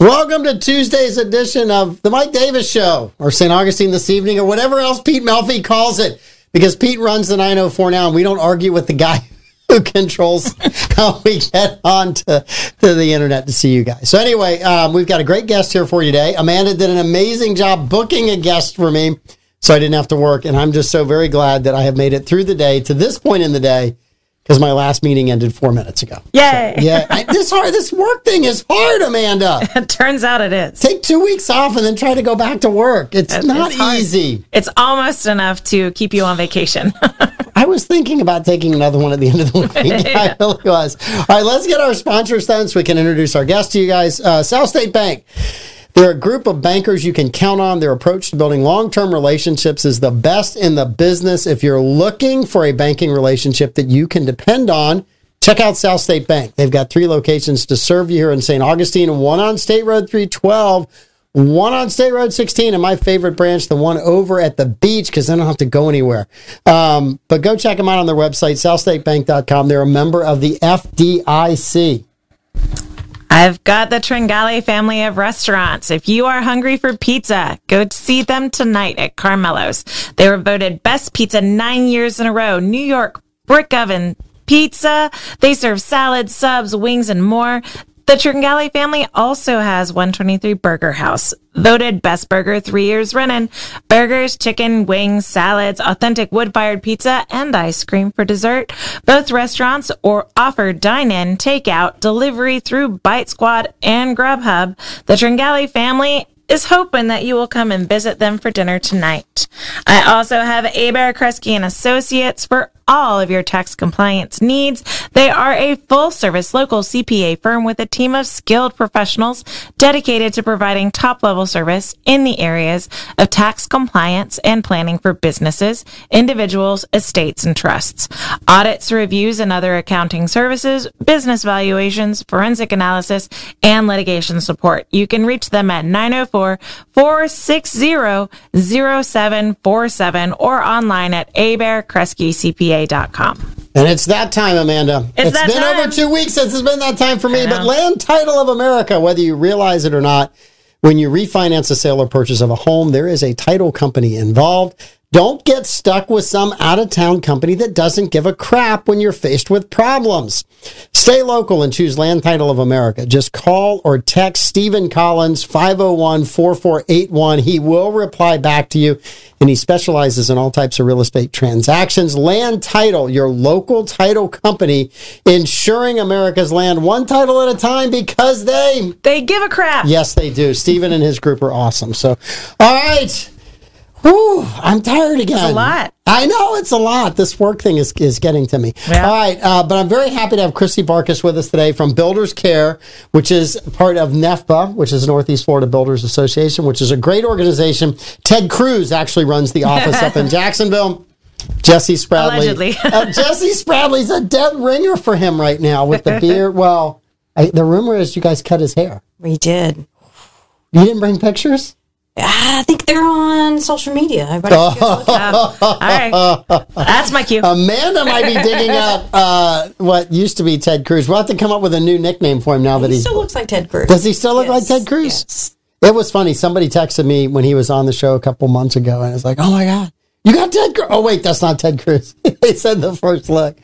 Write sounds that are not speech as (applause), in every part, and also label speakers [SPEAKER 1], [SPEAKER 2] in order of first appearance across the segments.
[SPEAKER 1] Welcome to Tuesday's edition of the Mike Davis Show or St. Augustine this evening or whatever else Pete Melfi calls it because Pete runs the 904 now and we don't argue with the guy (laughs) who controls (laughs) how we get on to, to the internet to see you guys. So anyway, um, we've got a great guest here for you today. Amanda did an amazing job booking a guest for me so I didn't have to work. And I'm just so very glad that I have made it through the day to this point in the day because my last meeting ended four minutes ago.
[SPEAKER 2] Yay.
[SPEAKER 1] Yeah, I, this hard, this work thing is hard, Amanda.
[SPEAKER 2] It (laughs) turns out it is.
[SPEAKER 1] Take two weeks off and then try to go back to work. It's not
[SPEAKER 2] hard.
[SPEAKER 1] easy.
[SPEAKER 2] It's almost enough to keep you on vacation. (laughs)
[SPEAKER 1] I was thinking about taking another one at the end of the week. I really was. All right, let's get our sponsors done so we can introduce our guest to you guys. Uh, South State Bank. They're a group of bankers you can count on. Their approach to building long term relationships is the best in the business. If you're looking for a banking relationship that you can depend on, check out South State Bank. They've got three locations to serve you here in St. Augustine one on State Road 312, one on State Road 16, and my favorite branch, the one over at the beach, because I don't have to go anywhere. Um, but go check them out on their website, southstatebank.com. They're a member of the FDIC.
[SPEAKER 2] I've got the Tringale family of restaurants. If you are hungry for pizza, go see them tonight at Carmelo's. They were voted best pizza nine years in a row. New York brick oven pizza. They serve salads, subs, wings, and more. The Tringale family also has 123 Burger House, voted best burger three years running. Burgers, chicken, wings, salads, authentic wood fired pizza, and ice cream for dessert. Both restaurants or offer dine in, takeout, delivery through Bite Squad and Grubhub. The Tringale family is hoping that you will come and visit them for dinner tonight. I also have Abear Kresge and Associates for all of your tax compliance needs. They are a full service local CPA firm with a team of skilled professionals dedicated to providing top level service in the areas of tax compliance and planning for businesses, individuals, estates, and trusts. Audits, reviews, and other accounting services, business valuations, forensic analysis, and litigation support. You can reach them at 904 460 0747 or online at abearcreskeycpa.com.
[SPEAKER 1] And it's that time, Amanda.
[SPEAKER 2] It's
[SPEAKER 1] it's
[SPEAKER 2] that
[SPEAKER 1] been
[SPEAKER 2] time.
[SPEAKER 1] over two weeks since it's been that time for me.
[SPEAKER 2] I
[SPEAKER 1] But
[SPEAKER 2] know.
[SPEAKER 1] Land Title of America, whether you realize it or not, when you refinance a sale or purchase of a home, there is a title company involved. Don't get stuck with some out of town company that doesn't give a crap when you're faced with problems. Stay local and choose Land Title of America. Just call or text Stephen Collins 501 4481. He will reply back to you and he specializes in all types of real estate transactions. Land Title, your local title company, insuring America's land one title at a time because they
[SPEAKER 2] They give a crap.
[SPEAKER 1] Yes, they do. Steven and his group are awesome. So, all right. Whew, I'm tired again. It's
[SPEAKER 2] a lot.
[SPEAKER 1] I know it's a lot. This work thing is, is getting to me.
[SPEAKER 2] Yeah.
[SPEAKER 1] All right. Uh, but I'm very happy to have Christy Barkus with us today from Builders Care, which is part of NEFBA, which is Northeast Florida Builders Association, which is a great organization. Ted Cruz actually runs the office up
[SPEAKER 2] (laughs)
[SPEAKER 1] in Jacksonville. Jesse Spradley.
[SPEAKER 2] Allegedly.
[SPEAKER 1] Uh, Jesse Spradley's a dead ringer for him right now with
[SPEAKER 2] (laughs)
[SPEAKER 1] the beard. Well, I, the rumor is you guys cut his hair.
[SPEAKER 3] We did.
[SPEAKER 1] You didn't bring pictures?
[SPEAKER 3] Ah, I think they're on social media. Everybody should
[SPEAKER 1] Oh,
[SPEAKER 3] go look.
[SPEAKER 2] All right. That's my cue.
[SPEAKER 1] Um, Amanda might be digging
[SPEAKER 3] (laughs)
[SPEAKER 1] up uh, what used to be Ted Cruz. We'll have to come up with a new nickname for him now that
[SPEAKER 3] He
[SPEAKER 1] he's.
[SPEAKER 3] still looks like Ted Cruz.
[SPEAKER 1] Does he still look like
[SPEAKER 3] Yes,
[SPEAKER 1] Ted Cruz?
[SPEAKER 3] yes.
[SPEAKER 1] It was funny. Somebody texted me when he was on the show a couple months ago, and it's like, "Oh my god, you got Ted Cruz!" Oh wait, that's not Ted Cruz. (laughs) they said the first look,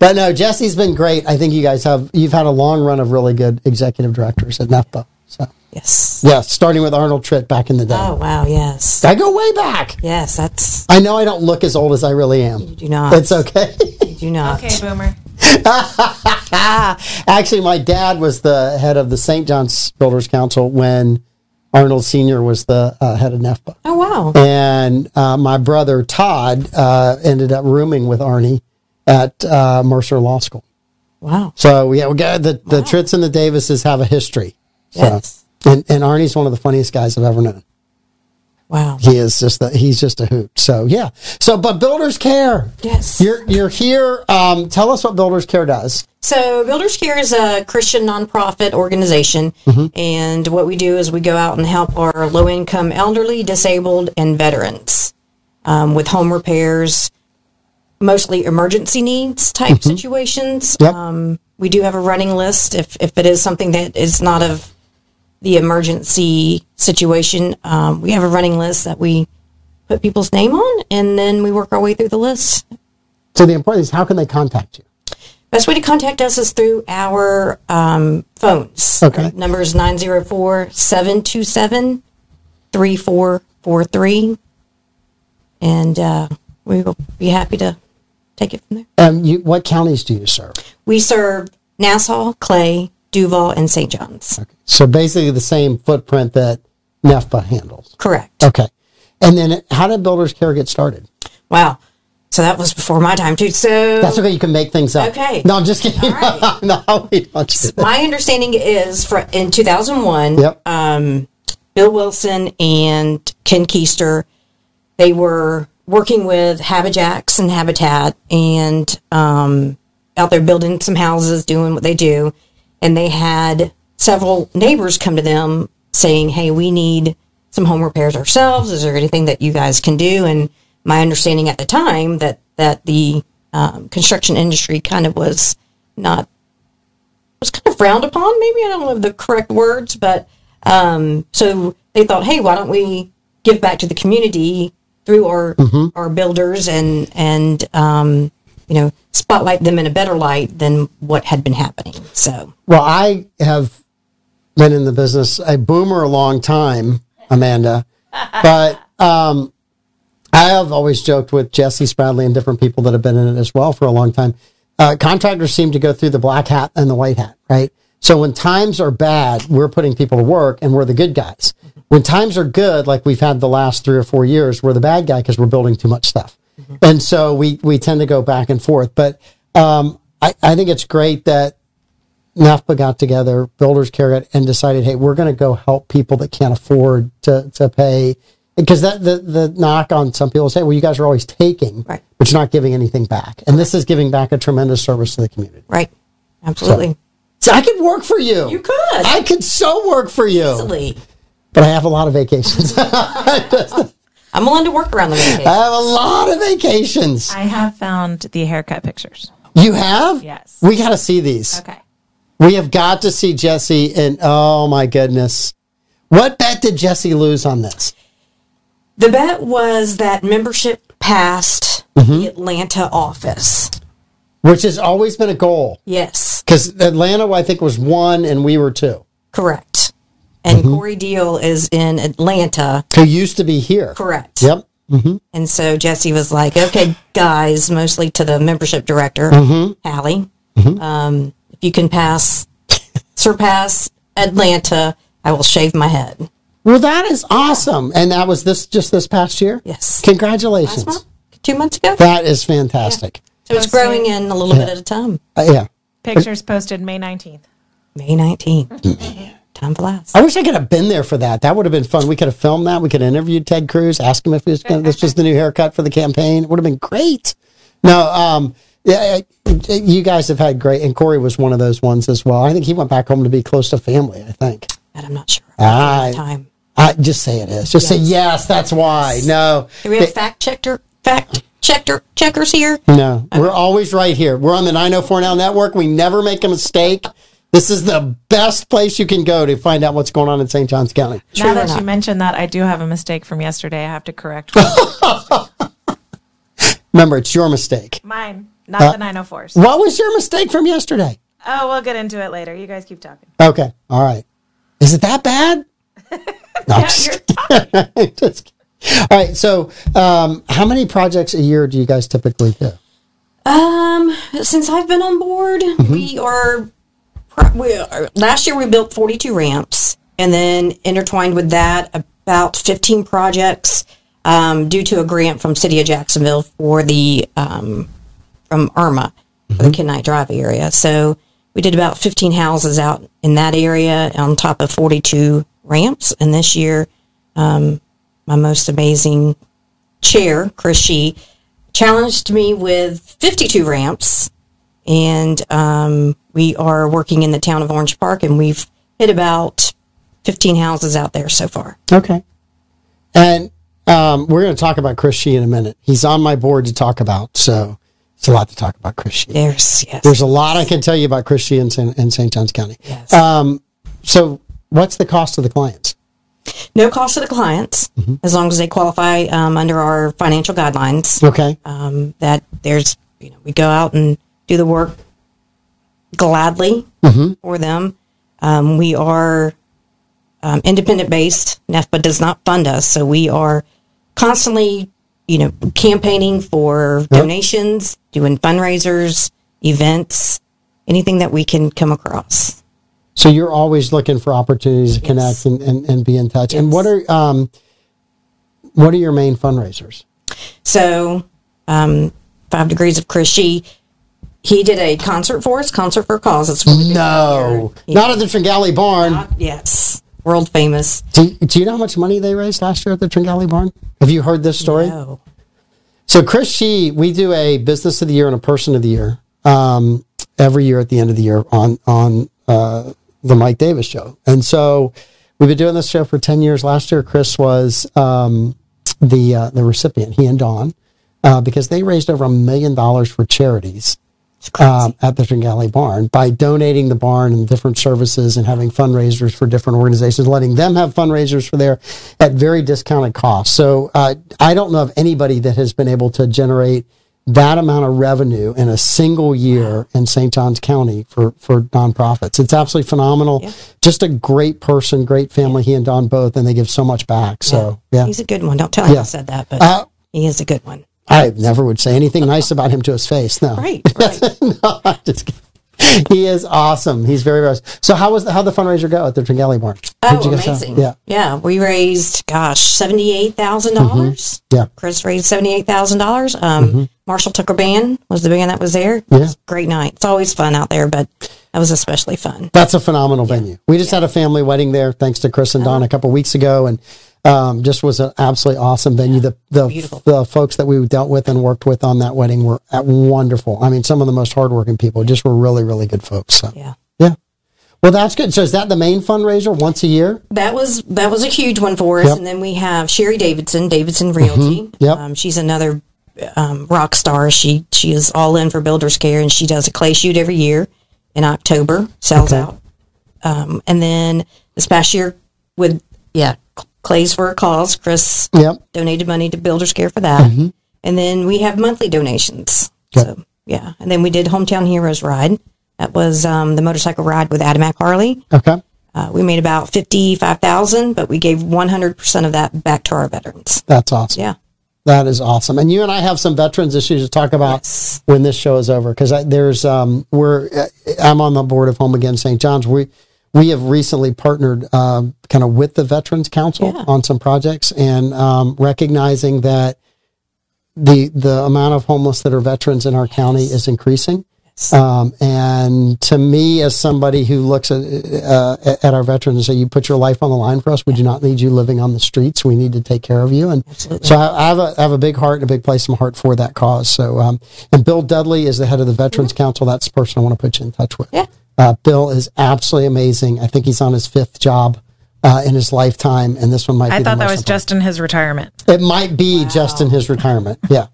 [SPEAKER 1] but no, Jesse's been great. I think you guys have you've had a long run of really good executive directors at NEPA. So
[SPEAKER 3] Yes.
[SPEAKER 1] yeah, starting with Arnold Tritt back in the day.
[SPEAKER 3] Oh wow. Yes.
[SPEAKER 1] I go way back.
[SPEAKER 3] Yes. That's
[SPEAKER 1] I know I don't look as old as I really am.
[SPEAKER 3] you do not.
[SPEAKER 1] It's okay. (laughs)
[SPEAKER 3] you do not.
[SPEAKER 2] Okay, boomer.
[SPEAKER 1] Actually, my dad was the head of the St. John's Builders Council when Arnold Sr. was the uh, head of NEFPA.
[SPEAKER 3] Oh wow.
[SPEAKER 1] And uh, my brother Todd uh, ended up rooming with Arnie at uh, Mercer Law School.
[SPEAKER 3] Wow.
[SPEAKER 1] So, yeah, we got the, the Tritts and the Davises have a history. So,
[SPEAKER 3] Yes.
[SPEAKER 1] and, and Arnie's one of the funniest guys I've ever known.
[SPEAKER 3] Wow.
[SPEAKER 1] He is just the, he's just a hoot. So, yeah. So, but Builders Care.
[SPEAKER 3] Yes.
[SPEAKER 1] You're, you're here. Um, tell us what Builders Care does.
[SPEAKER 3] So, Builders Care is a Christian nonprofit organization,
[SPEAKER 1] Mm-hmm.
[SPEAKER 3] and what we do is we go out and help our low income elderly, disabled, and veterans um, with home repairs, mostly emergency needs type
[SPEAKER 1] Mm-hmm.
[SPEAKER 3] situations.
[SPEAKER 1] Yep.
[SPEAKER 3] Um, we do have a running list if, if it is something that is not of the emergency situation, um, we have a running list that we put people's name on, and then we work our way through the list.
[SPEAKER 1] So the important is how can they contact you?
[SPEAKER 3] Best way to contact us is through our um, phones.
[SPEAKER 1] Okay.
[SPEAKER 3] Number is 904 727 3443. And uh, we will be happy to take it from there.
[SPEAKER 1] Um, you, what counties do you serve?
[SPEAKER 3] We serve Nassau, Clay, Duval, and St. John's.
[SPEAKER 1] So basically the same footprint that NEFPA handles.
[SPEAKER 3] Correct.
[SPEAKER 1] Okay. And then how did Builders Care get started?
[SPEAKER 3] Wow. So that was before my time, too. So
[SPEAKER 1] That's okay. You can make things up.
[SPEAKER 3] Okay.
[SPEAKER 1] No, I'm just kidding.
[SPEAKER 3] All right.
[SPEAKER 1] (laughs) no, we don't do that.
[SPEAKER 3] my understanding is fr in 2001,
[SPEAKER 1] Yep.
[SPEAKER 3] um, Bill Wilson and Ken Keister, they were working with Habijax and Habitat and um, out there building some houses, doing what they do. And they had several neighbors come to them saying, Hey, we need some home repairs ourselves. Is there anything that you guys can do? And my understanding at the time that, that the um, construction industry kind of was not was kind of frowned upon. Maybe I don't know the correct words, but um, so they thought, hey, why don't we give back to the community through our
[SPEAKER 1] Mm-hmm.
[SPEAKER 3] our builders and and um, you know spotlight them in a better light than what had been happening. So
[SPEAKER 1] Well, I have been in the business a boomer a long time, Amanda, but um, I have always joked with Jesse Spradley and different people that have been in it as well for a long time. Uh, contractors seem to go through the black hat and the white hat, right? So when times are bad, we're putting people to work and we're the good guys. When times are good, like we've had the last three or four years, we're the bad guy because we're building too much stuff. And so we, we tend to go back and forth. But um, I, I think it's great that NAFPA got together, builders carried and decided, hey, we're going to go help people that can't afford to, to pay. Because that the, the knock on some people is, hey, well, you guys are always taking,
[SPEAKER 3] Right.
[SPEAKER 1] but you're not giving anything back. And this is giving back a tremendous service to the community.
[SPEAKER 3] right, absolutely,
[SPEAKER 1] So I could work for you.
[SPEAKER 3] You could.
[SPEAKER 1] I could so work for you.
[SPEAKER 3] absolutely.
[SPEAKER 1] But I have a lot of vacations. I
[SPEAKER 3] I'm willing to work around the vacation.
[SPEAKER 1] have a lot of vacations.
[SPEAKER 2] I have found the haircut pictures.
[SPEAKER 1] You have?
[SPEAKER 2] Yes.
[SPEAKER 1] We got to see these.
[SPEAKER 2] Okay.
[SPEAKER 1] We have got to see Jesse. And oh my goodness. What bet did Jesse lose on this?
[SPEAKER 3] The bet was that membership passed
[SPEAKER 1] Mm-hmm.
[SPEAKER 3] the Atlanta office.
[SPEAKER 1] which has always been a goal
[SPEAKER 3] Yes,
[SPEAKER 1] because Atlanta, I think, was one and we were two,
[SPEAKER 3] correct. And
[SPEAKER 1] Mm-hmm.
[SPEAKER 3] Corey Deal is in Atlanta.
[SPEAKER 1] who used to be here.
[SPEAKER 3] Correct.
[SPEAKER 1] Yep.
[SPEAKER 3] And so Jesse was like, okay, guys, mostly to the membership director, Hallie, um, if you can pass, surpass Atlanta, I will shave my head.
[SPEAKER 1] Well, that is awesome, and that was this just this past year.
[SPEAKER 3] Yes.
[SPEAKER 1] Congratulations.
[SPEAKER 3] Well, two months ago.
[SPEAKER 1] That is fantastic.
[SPEAKER 3] So it's growing in a little bit at a time.
[SPEAKER 1] Uh, yeah.
[SPEAKER 2] Pictures posted May 19th.
[SPEAKER 3] May 19th. Time flies.
[SPEAKER 1] I wish I could have been there for that. That would have been fun. We could have filmed that. We could have interviewed Ted Cruz, asked him if he was gonna, this was the new haircut for the campaign. It would have been great. No, um, yeah, I- you guys have had great, and Corey was one of those ones as well. I think he went back home to be close to family. I think.
[SPEAKER 3] But I'm not sure.
[SPEAKER 1] I-
[SPEAKER 3] time.
[SPEAKER 1] I just say it is. Just say yes. That's why. No,
[SPEAKER 3] Do we have fact checker, fact checker, checkers here?
[SPEAKER 1] no. We're always right here. We're on the 904 Now Network. We never make a mistake. This is the best place you can go to find out what's going on in St. Johns County.
[SPEAKER 3] Sure
[SPEAKER 2] now that
[SPEAKER 3] not.
[SPEAKER 2] you mentioned that, I do have a mistake from yesterday. I have to correct one.
[SPEAKER 1] Remember, it's your mistake.
[SPEAKER 2] mine,
[SPEAKER 1] uh,
[SPEAKER 2] not the 904s.
[SPEAKER 1] What was your mistake from yesterday?
[SPEAKER 2] Oh, we'll get into it later. You guys keep talking.
[SPEAKER 1] Okay. All right. Is it that bad? No, I'm
[SPEAKER 2] Yeah,
[SPEAKER 1] just
[SPEAKER 2] you're
[SPEAKER 1] kidding. (laughs) Just kidding. All right. So, um, how many projects a year do you guys typically do?
[SPEAKER 3] Um, since I've been on board, we are. pro- We are, last year we built forty-two ramps, and then intertwined with that about fifteen projects um, due to a grant from City of Jacksonville for the um, from Irma for the Kenai Drive area. So we did about fifteen houses out in that area on top of forty-two ramps, and this year, um, my most amazing chair, Chris Shee, challenged me with 52 ramps. And um, we are working in the town of Orange Park, and we've hit about 15 houses out there so far.
[SPEAKER 1] Okay. And um, we're going to talk about Chris Shee in a minute. He's on my board to talk about, so it's a lot to talk about Chris Shee.
[SPEAKER 3] There's, yes.
[SPEAKER 1] There's a lot I can tell you about Chris Shee in, San- in St. John's County.
[SPEAKER 3] yes.
[SPEAKER 1] Um, So What's the cost to the clients?
[SPEAKER 3] No cost to the clients, as long as they qualify um, under our financial guidelines.
[SPEAKER 1] Okay.
[SPEAKER 3] Um, that there's, you know, we go out and do the work gladly for them. Um, we are um, independent based. NEFPA does not fund us, so we are constantly, you know, campaigning for donations, doing fundraisers, events, anything that we can come across.
[SPEAKER 1] So you're always looking for opportunities to connect and, and, and be in touch. And what are um, what are your main fundraisers?
[SPEAKER 3] So, um, Five Degrees of Chrissy, he did a concert for us, Concert for a Cause. That's what we do.
[SPEAKER 1] No, not at the Tringale Barn.
[SPEAKER 3] Yes, world famous.
[SPEAKER 1] Do, do you know how much money they raised last year at the Tringale Barn? Have you heard this story?
[SPEAKER 3] Oh,
[SPEAKER 1] So Chris Shee, we do a business of the year and a person of the year um, every year at the end of the year on on uh, the Mike Davis show, and so we've been doing this show for ten years. Last year, Chris was um, the uh, the recipient. He and Dawn. Uh, because they raised over a million dollars for charities
[SPEAKER 3] it's crazy.
[SPEAKER 1] um, at the Tringale Barn by donating the barn and different services and having fundraisers for different organizations, letting them have fundraisers for their at very discounted cost. So uh, I don't know of anybody that has been able to generate that amount of revenue in a single year in St. John's County for, for nonprofits. It's absolutely phenomenal. Just a great person, great family. He and Don both, and they give so much back. So yeah.
[SPEAKER 3] He's a good one. Don't tell him I said that, but
[SPEAKER 1] Uh,
[SPEAKER 3] he is a good one.
[SPEAKER 1] I never would say anything nice about him to his face. No. (laughs)
[SPEAKER 3] Right, right.
[SPEAKER 1] no, I'm just kidding. He is awesome. He's very, very awesome. So how was the, how the fundraiser go at the Tringale Barn? How'd
[SPEAKER 3] oh,
[SPEAKER 1] you guys sound?
[SPEAKER 3] amazing.
[SPEAKER 1] Yeah,
[SPEAKER 3] yeah. We raised, gosh, seventy-eight thousand dollars.
[SPEAKER 1] Mm-hmm. yeah. Mm-hmm.
[SPEAKER 3] Chris raised seventy-eight thousand dollars. Um, Marshall Tucker Band was the band that was there. It was a great night. It's always fun out there, but that was especially fun.
[SPEAKER 1] That's a phenomenal venue. We just had a family wedding there, thanks to Chris
[SPEAKER 3] Uh-huh.
[SPEAKER 1] and Don a couple weeks ago, and um, just was an absolutely awesome venue. The the,
[SPEAKER 3] Beautiful.
[SPEAKER 1] the folks that we dealt with and worked with on that wedding were uh, wonderful. I mean, some of the most hardworking people. Just were really, really good folks. So
[SPEAKER 3] Yeah.
[SPEAKER 1] yeah. Well, that's good. So is that the main fundraiser once a year?
[SPEAKER 3] That was that was a huge one for us,
[SPEAKER 1] Yep. Mm-hmm.
[SPEAKER 3] and then we have Sherry Davidson, Davidson Realty.
[SPEAKER 1] Yep.
[SPEAKER 3] Um, she's another um, rock star. She she is all in for Builders Care, and she does a clay shoot every year in October. Sells out. Um, and then this past year with yeah, clays for a cause. Chris
[SPEAKER 1] Yep.
[SPEAKER 3] donated money to Builders Care for that,
[SPEAKER 1] Mm-hmm.
[SPEAKER 3] and then we have monthly donations. So yeah, and then we did Hometown Heroes Ride. That was um, the motorcycle ride with Adamac Harley.
[SPEAKER 1] Okay.
[SPEAKER 3] Uh, we made about fifty-five thousand, but we gave one hundred percent of that back to our veterans.
[SPEAKER 1] That's awesome.
[SPEAKER 3] Yeah,
[SPEAKER 1] That is awesome. And you and I have some veterans issues to talk about when this show is over because there's um we're uh, I'm on the board of Home Again St. John's. We we have recently partnered um, kind of with the Veterans Council
[SPEAKER 3] Yeah.
[SPEAKER 1] on some projects and um, recognizing that the the amount of homeless that are veterans in our county is increasing. Um, and to me, as somebody who looks at, uh, at our veterans and say, "You put your life on the line for us. We do not need you living on the streets. We need to take care of you." And so I, I have a I have a big heart and a big place in my heart for that cause. So um, and Bill Dudley is the head of the Veterans
[SPEAKER 2] Mm-hmm.
[SPEAKER 1] Council. That's the person I want to put you in touch with.
[SPEAKER 3] Yeah.
[SPEAKER 1] Uh, Bill is absolutely amazing. I think he's on his fifth job uh, in his lifetime, and this one might.
[SPEAKER 2] I
[SPEAKER 1] be
[SPEAKER 2] thought
[SPEAKER 1] the
[SPEAKER 2] that
[SPEAKER 1] most
[SPEAKER 2] was just in his retirement.
[SPEAKER 1] it might be just in his retirement. Yeah,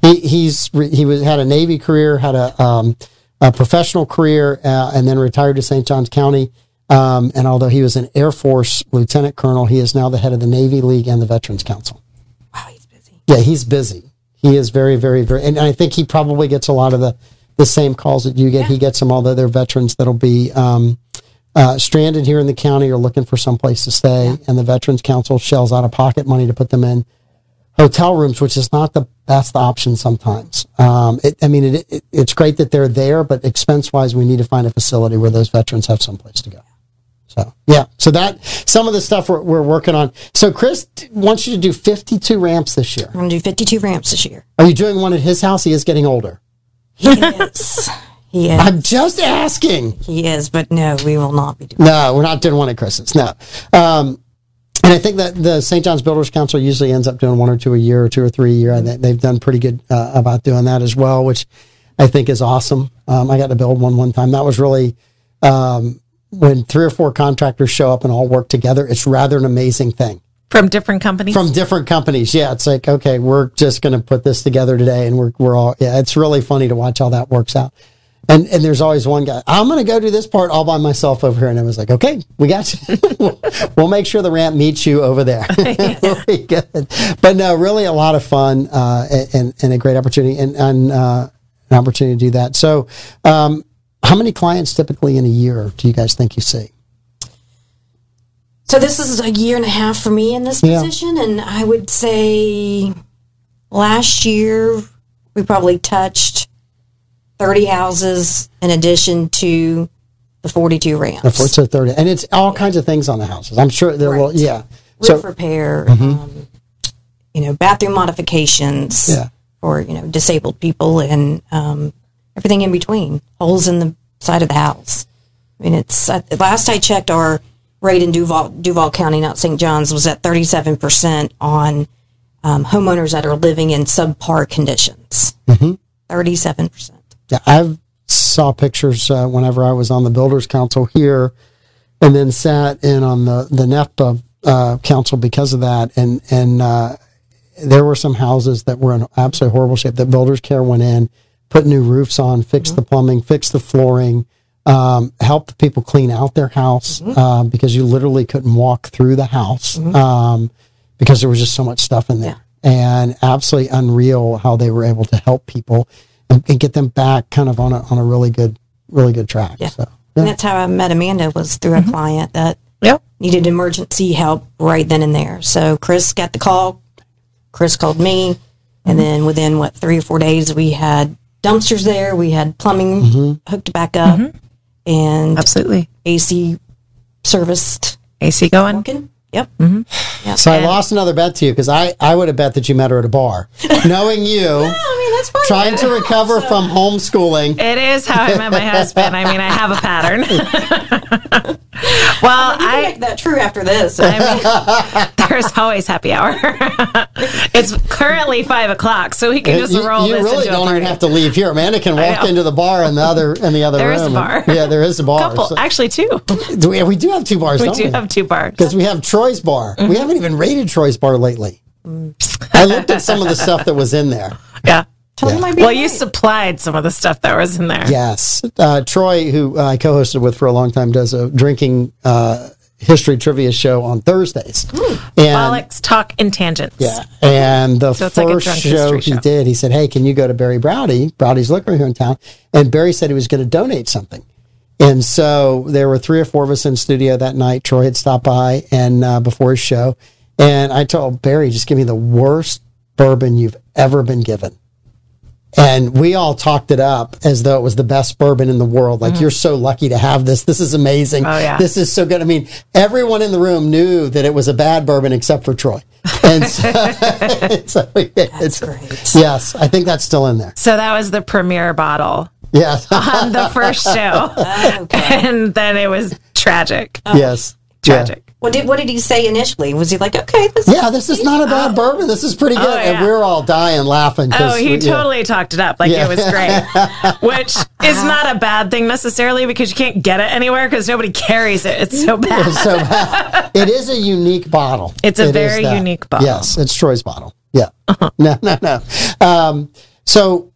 [SPEAKER 1] he, he's re- he was had a Navy career, had a um, a professional career, uh, and then retired to St. Johns County. Um, and although he was an Air Force lieutenant colonel, he is now the head of the Navy League and the Veterans Council.
[SPEAKER 3] wow, he's busy.
[SPEAKER 1] Yeah, he's busy. He is very, very, very, and I think he probably gets a lot of the the same calls that you get. He gets them, although they're veterans that'll be um, uh, stranded here in the county or looking for some place to stay. And the Veterans Council shells out of pocket money to put them in hotel rooms, which is not the best option sometimes. Um, it, I mean, it, it, it's great that they're there, but expense wise, we need to find a facility where those veterans have some place to go. So yeah, so that some of the stuff we're, we're working on. So Chris t- wants you to do 52 ramps this year.
[SPEAKER 3] We're gonna do fifty-two ramps this year.
[SPEAKER 1] Are you doing one at his house? He is getting older.
[SPEAKER 3] He is. He is.
[SPEAKER 1] I'm just asking.
[SPEAKER 3] He is. But no, we will not be doing.
[SPEAKER 1] No, we're not doing one at Chris's. No. Um, and I think that the St. John's Builders Council usually ends up doing one or two a year or two or three a year. And they- they've done pretty good uh, about doing that as well, which I think is awesome. Um, I got to build one one time. That was really um, when three or four contractors show up and all work together. It's rather an amazing thing.
[SPEAKER 2] From different companies.
[SPEAKER 1] from different companies. Yeah, it's like okay, we're just going to put this together today, and we're we're all yeah. It's really funny to watch how that works out. And and there's always one guy. I'm going to go do this part all by myself over here. And I was like, okay, we got you. (laughs) we'll, we'll make sure the ramp meets you over there. (laughs) It'll be good. But no, really a lot of fun uh, and and a great opportunity and, and uh, an opportunity to do that. So, um, how many clients typically in a year do you guys think you see?
[SPEAKER 3] So this is a year and a half for me in this
[SPEAKER 1] Yeah.
[SPEAKER 3] position, and I would say last year we probably touched thirty houses in addition to the forty-two ramps,
[SPEAKER 1] Or so thirty, and it's all kinds of things on the houses. I'm sure there will.
[SPEAKER 3] Right.
[SPEAKER 1] Yeah.
[SPEAKER 3] roof
[SPEAKER 1] So Mm-hmm.
[SPEAKER 3] repair, um, you know, bathroom modifications
[SPEAKER 1] Yeah.
[SPEAKER 3] for you know disabled people, and um, everything in between, holes in the side of the house. I mean, it's uh, last I checked, our rate in Duval Duval County, not St. John's, was at thirty seven percent on um, homeowners that are living in subpar conditions.
[SPEAKER 1] Mm-hmm.
[SPEAKER 3] Thirty seven percent.
[SPEAKER 1] yeah, I saw pictures uh, whenever I was on the builders council here, and then sat in on the the NEPA uh, council because of that, and and uh, there were some houses that were in absolute horrible shape that builders care went in, put new roofs on, fixed the plumbing, fixed the flooring. Um, helped people clean out their house uh, because you literally couldn't walk through the house. Um, because there was just so much stuff in there and absolutely unreal how they were able to help people and, and get them back kind of on a, on a really good, really good track. So, yeah. Mm-hmm.
[SPEAKER 3] And that's how I met Amanda was through a client that
[SPEAKER 2] Yep.
[SPEAKER 3] needed emergency help right then and there. So Chris got the call. Chris called me, and then within what three or four days, we had dumpsters there. We had plumbing
[SPEAKER 2] Mm-hmm.
[SPEAKER 3] hooked back up, and
[SPEAKER 2] Absolutely.
[SPEAKER 3] AC serviced.
[SPEAKER 2] AC going.
[SPEAKER 3] Yep.
[SPEAKER 2] Mm-hmm.
[SPEAKER 1] so I lost another bet to you because I, I would have bet that you met her at a
[SPEAKER 2] (laughs)
[SPEAKER 1] bar. Knowing you,
[SPEAKER 3] I mean, that's fine.
[SPEAKER 1] trying to recover from homeschooling.
[SPEAKER 2] It is how
[SPEAKER 1] (laughs)
[SPEAKER 2] I met my husband. I mean, I have a pattern. (laughs) well,
[SPEAKER 3] I
[SPEAKER 2] I
[SPEAKER 3] make that true after
[SPEAKER 2] (laughs)
[SPEAKER 3] this.
[SPEAKER 2] I mean, there's always happy hour. (laughs) it's currently five o'clock, so we can (laughs) just
[SPEAKER 1] Uh, You,
[SPEAKER 2] roll
[SPEAKER 1] you
[SPEAKER 2] this
[SPEAKER 1] really
[SPEAKER 2] into a
[SPEAKER 1] don't
[SPEAKER 2] party.
[SPEAKER 1] even have to leave here. Amanda can walk
[SPEAKER 2] know.
[SPEAKER 1] into the bar in the other in the other
[SPEAKER 2] There
[SPEAKER 1] room.
[SPEAKER 2] is a bar.
[SPEAKER 1] Yeah, there is a bar.
[SPEAKER 2] (laughs) Couple,
[SPEAKER 1] So-
[SPEAKER 2] actually, two.
[SPEAKER 1] do we, we do have two bars.
[SPEAKER 2] We
[SPEAKER 1] don't
[SPEAKER 2] do have two bars.
[SPEAKER 1] because we have Troy's bar. We haven't even rated Troy's bar lately. I looked at some of the stuff that was in there.
[SPEAKER 2] Yeah.
[SPEAKER 3] Tell them I'd be
[SPEAKER 2] Well, you
[SPEAKER 3] (laughs) right.
[SPEAKER 2] supplied some of the stuff that was in there.
[SPEAKER 1] Yes, uh, Troy, who I co-hosted with for a long time, does a drinking uh, history trivia show on Thursdays. And
[SPEAKER 2] Bollocks, talk, and tangents.
[SPEAKER 1] Yeah. And the
[SPEAKER 2] it's like a
[SPEAKER 1] first
[SPEAKER 2] drunk
[SPEAKER 1] show
[SPEAKER 2] history
[SPEAKER 1] he
[SPEAKER 2] show.
[SPEAKER 1] did, he said, Hey, can you go to Barry Browdy? Browdy's liquor here in town. And Barry said he was going to donate something. And so there were three or four of us in studio that night. Troy had stopped by and uh, before his show. And I told Barry, just give me the worst bourbon you've ever been given. And we all talked it up as though it was the best bourbon in the world. Like, you're so lucky to have this. This is amazing.
[SPEAKER 2] Mm-hmm. Oh, yeah.
[SPEAKER 1] This is so good. I mean, everyone in the room knew that it was a bad bourbon except for
[SPEAKER 2] (laughs)
[SPEAKER 1] Troy. And so, (laughs) so it- it's,
[SPEAKER 3] great.
[SPEAKER 1] yes, I think that's still in there.
[SPEAKER 2] So that was the premiere bottle (laughs)
[SPEAKER 1] Yes.
[SPEAKER 2] on the first show.
[SPEAKER 3] Oh, Okay.
[SPEAKER 2] and then it was tragic.
[SPEAKER 1] (laughs) yes. Yeah.
[SPEAKER 2] Tragic.
[SPEAKER 3] What did What did he say initially? Was he like, okay, this
[SPEAKER 1] Yeah. this is not a bad bourbon. This is pretty good. And
[SPEAKER 2] Oh. yeah.
[SPEAKER 1] we're all dying laughing. 'cause
[SPEAKER 2] Oh, he
[SPEAKER 1] we- yeah.
[SPEAKER 2] totally talked it up. Like
[SPEAKER 1] Yeah.
[SPEAKER 2] it was great,
[SPEAKER 1] (laughs)
[SPEAKER 2] which is not a bad thing necessarily because you can't get it anywhere because nobody carries it. It's so bad.
[SPEAKER 1] So (laughs) it is a unique bottle.
[SPEAKER 2] It's a
[SPEAKER 1] It is
[SPEAKER 2] very
[SPEAKER 1] that.
[SPEAKER 2] unique bottle. Uh-huh.
[SPEAKER 1] Yes, it's Troy's bottle. Yeah. (laughs) No, no, no. Um, so,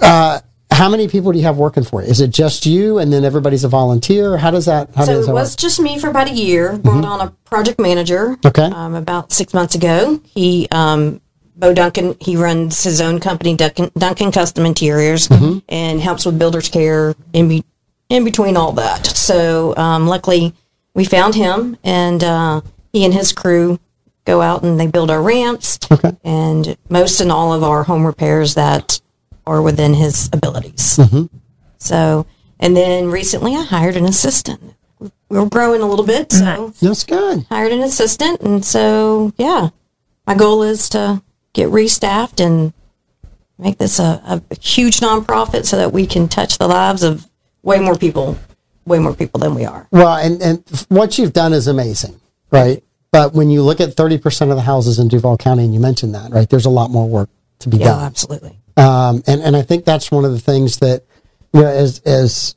[SPEAKER 1] uh, how many people do you have working for you? Is it just you, and then everybody's a volunteer? How does that? How
[SPEAKER 3] So
[SPEAKER 1] does that
[SPEAKER 3] it
[SPEAKER 1] Mm-hmm.
[SPEAKER 3] was just me for about a year. Brought on a project manager.
[SPEAKER 1] Okay.
[SPEAKER 3] Um, about six months ago, he um, Bo Duncan. He runs his own company, Duncan, Duncan Custom Interiors,
[SPEAKER 1] Mm-hmm.
[SPEAKER 3] and helps with builders care in be, in between all that. So um, luckily, we found him, and uh, he and his crew go out and they build our ramps
[SPEAKER 1] work? Okay.
[SPEAKER 3] and most and all of our home repairs that are within his abilities.
[SPEAKER 1] Mm-hmm.
[SPEAKER 3] So, and then recently I hired an assistant. We were growing a little bit, so
[SPEAKER 1] That's good.
[SPEAKER 3] hired an assistant, and so yeah, my goal is to get restaffed and make this a, a huge nonprofit so that we can touch the lives of way more people, way more people than we are.
[SPEAKER 1] Well, and and what you've done is amazing, right? But when you look at thirty percent of the houses in Duval County, and you mentioned that, right? There's a lot more work to be
[SPEAKER 3] Yeah,
[SPEAKER 1] done.
[SPEAKER 3] Oh, absolutely.
[SPEAKER 1] Um, and, and I think that's one of the things that, you know, as, as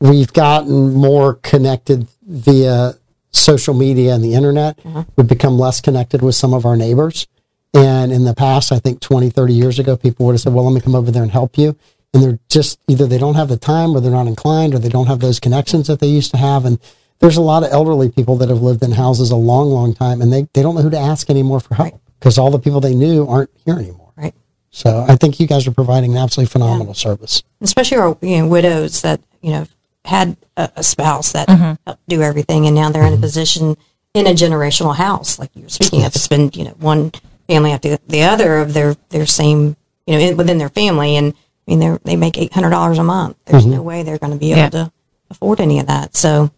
[SPEAKER 1] we've gotten more connected via social media and the internet, we've become less connected with some of our neighbors. And in the past, I think 20, 30 years ago, people would have said, well, let me come over there and help you. and they're just either they don't have the time or they're not inclined or they don't have those connections that they used to have. And there's a lot of elderly people that have lived in houses a long, long time and they, they don't know who to ask anymore for help because all the people they knew aren't here anymore.
[SPEAKER 3] right?
[SPEAKER 1] So I think you guys are providing an absolutely phenomenal service.
[SPEAKER 3] Especially our you know, widows that you know had a, a spouse that helped do everything, and now they're in a position in a generational house, like you were speaking of. It's been you know one family after the other of their their same you know in, within their family, and I mean they they make eight hundred dollars a month. There's no way they're going to be able
[SPEAKER 2] Yeah.
[SPEAKER 3] to afford any of that. So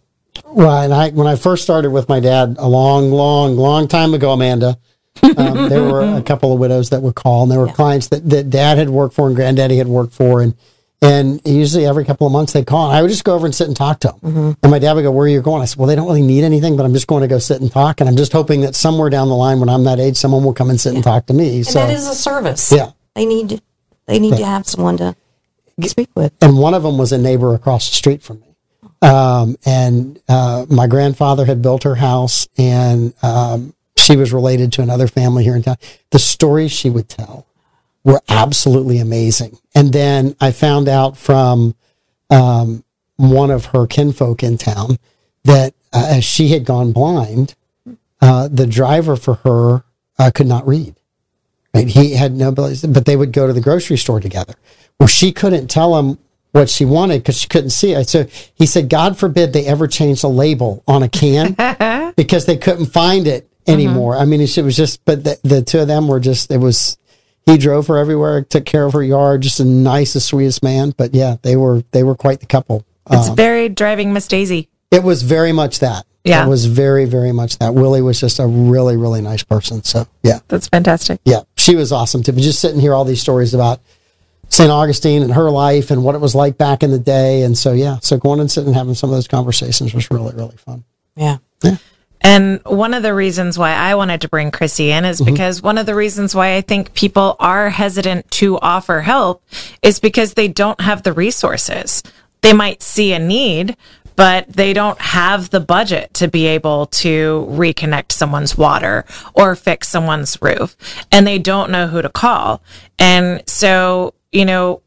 [SPEAKER 1] Well, and I when I first started with my dad a long, long, long time ago, Amanda,
[SPEAKER 3] (laughs)
[SPEAKER 1] um, there were a couple of widows that would call, and there were clients that, that dad had worked for and granddaddy had worked for, and and usually every couple of months they call, and I would just go over and sit and talk to them.
[SPEAKER 3] Mm-hmm.
[SPEAKER 1] And my dad would go, "Where are you going?" I said, "Well, they don't really need anything, but I'm just going to go sit and talk, and I'm just hoping that somewhere down the line, when I'm that age, someone will come and sit and talk to me."
[SPEAKER 3] and
[SPEAKER 1] so
[SPEAKER 3] that is a service.
[SPEAKER 1] Yeah.
[SPEAKER 3] they need they need to have someone to speak with.
[SPEAKER 1] and one of them was a neighbor across the street from me. Um, and uh, my grandfather had built her house, and um, she was related to another family here in town. The stories she would tell were absolutely amazing. And then I found out from um, one of her kinfolk in town that uh, as she had gone blind, uh, the driver for her uh, could not read. Right? He had no ability, but they would go to the grocery store together. Well, she couldn't tell him what she wanted because she couldn't see it. So he said, God forbid they ever change the label on a can because they couldn't find it anymore. I mean, it was just, but the, the two of them were just, it was, he drove her everywhere, took care of her yard, just the nicest, sweetest man. But yeah, they were, they were quite the couple.
[SPEAKER 2] It's very driving Miss Daisy.
[SPEAKER 1] It was very much that.
[SPEAKER 2] Yeah.
[SPEAKER 1] It was very, very much that. Willie was just a really, really nice person. So, yeah.
[SPEAKER 2] That's fantastic.
[SPEAKER 1] Yeah. She was awesome too. But just sitting here, all these stories about St. Augustine and her life and what it was like back in the day. And so, yeah. So going and sitting and having some of those conversations was really, really fun.
[SPEAKER 3] Yeah.
[SPEAKER 2] And one of the reasons why I wanted to bring Chrissy in is because one of the reasons why I think people are hesitant to offer help is because they don't have the resources. They might see a need, but they don't have the budget to be able to reconnect someone's water or fix someone's roof. And they don't know who to call. And so, you know,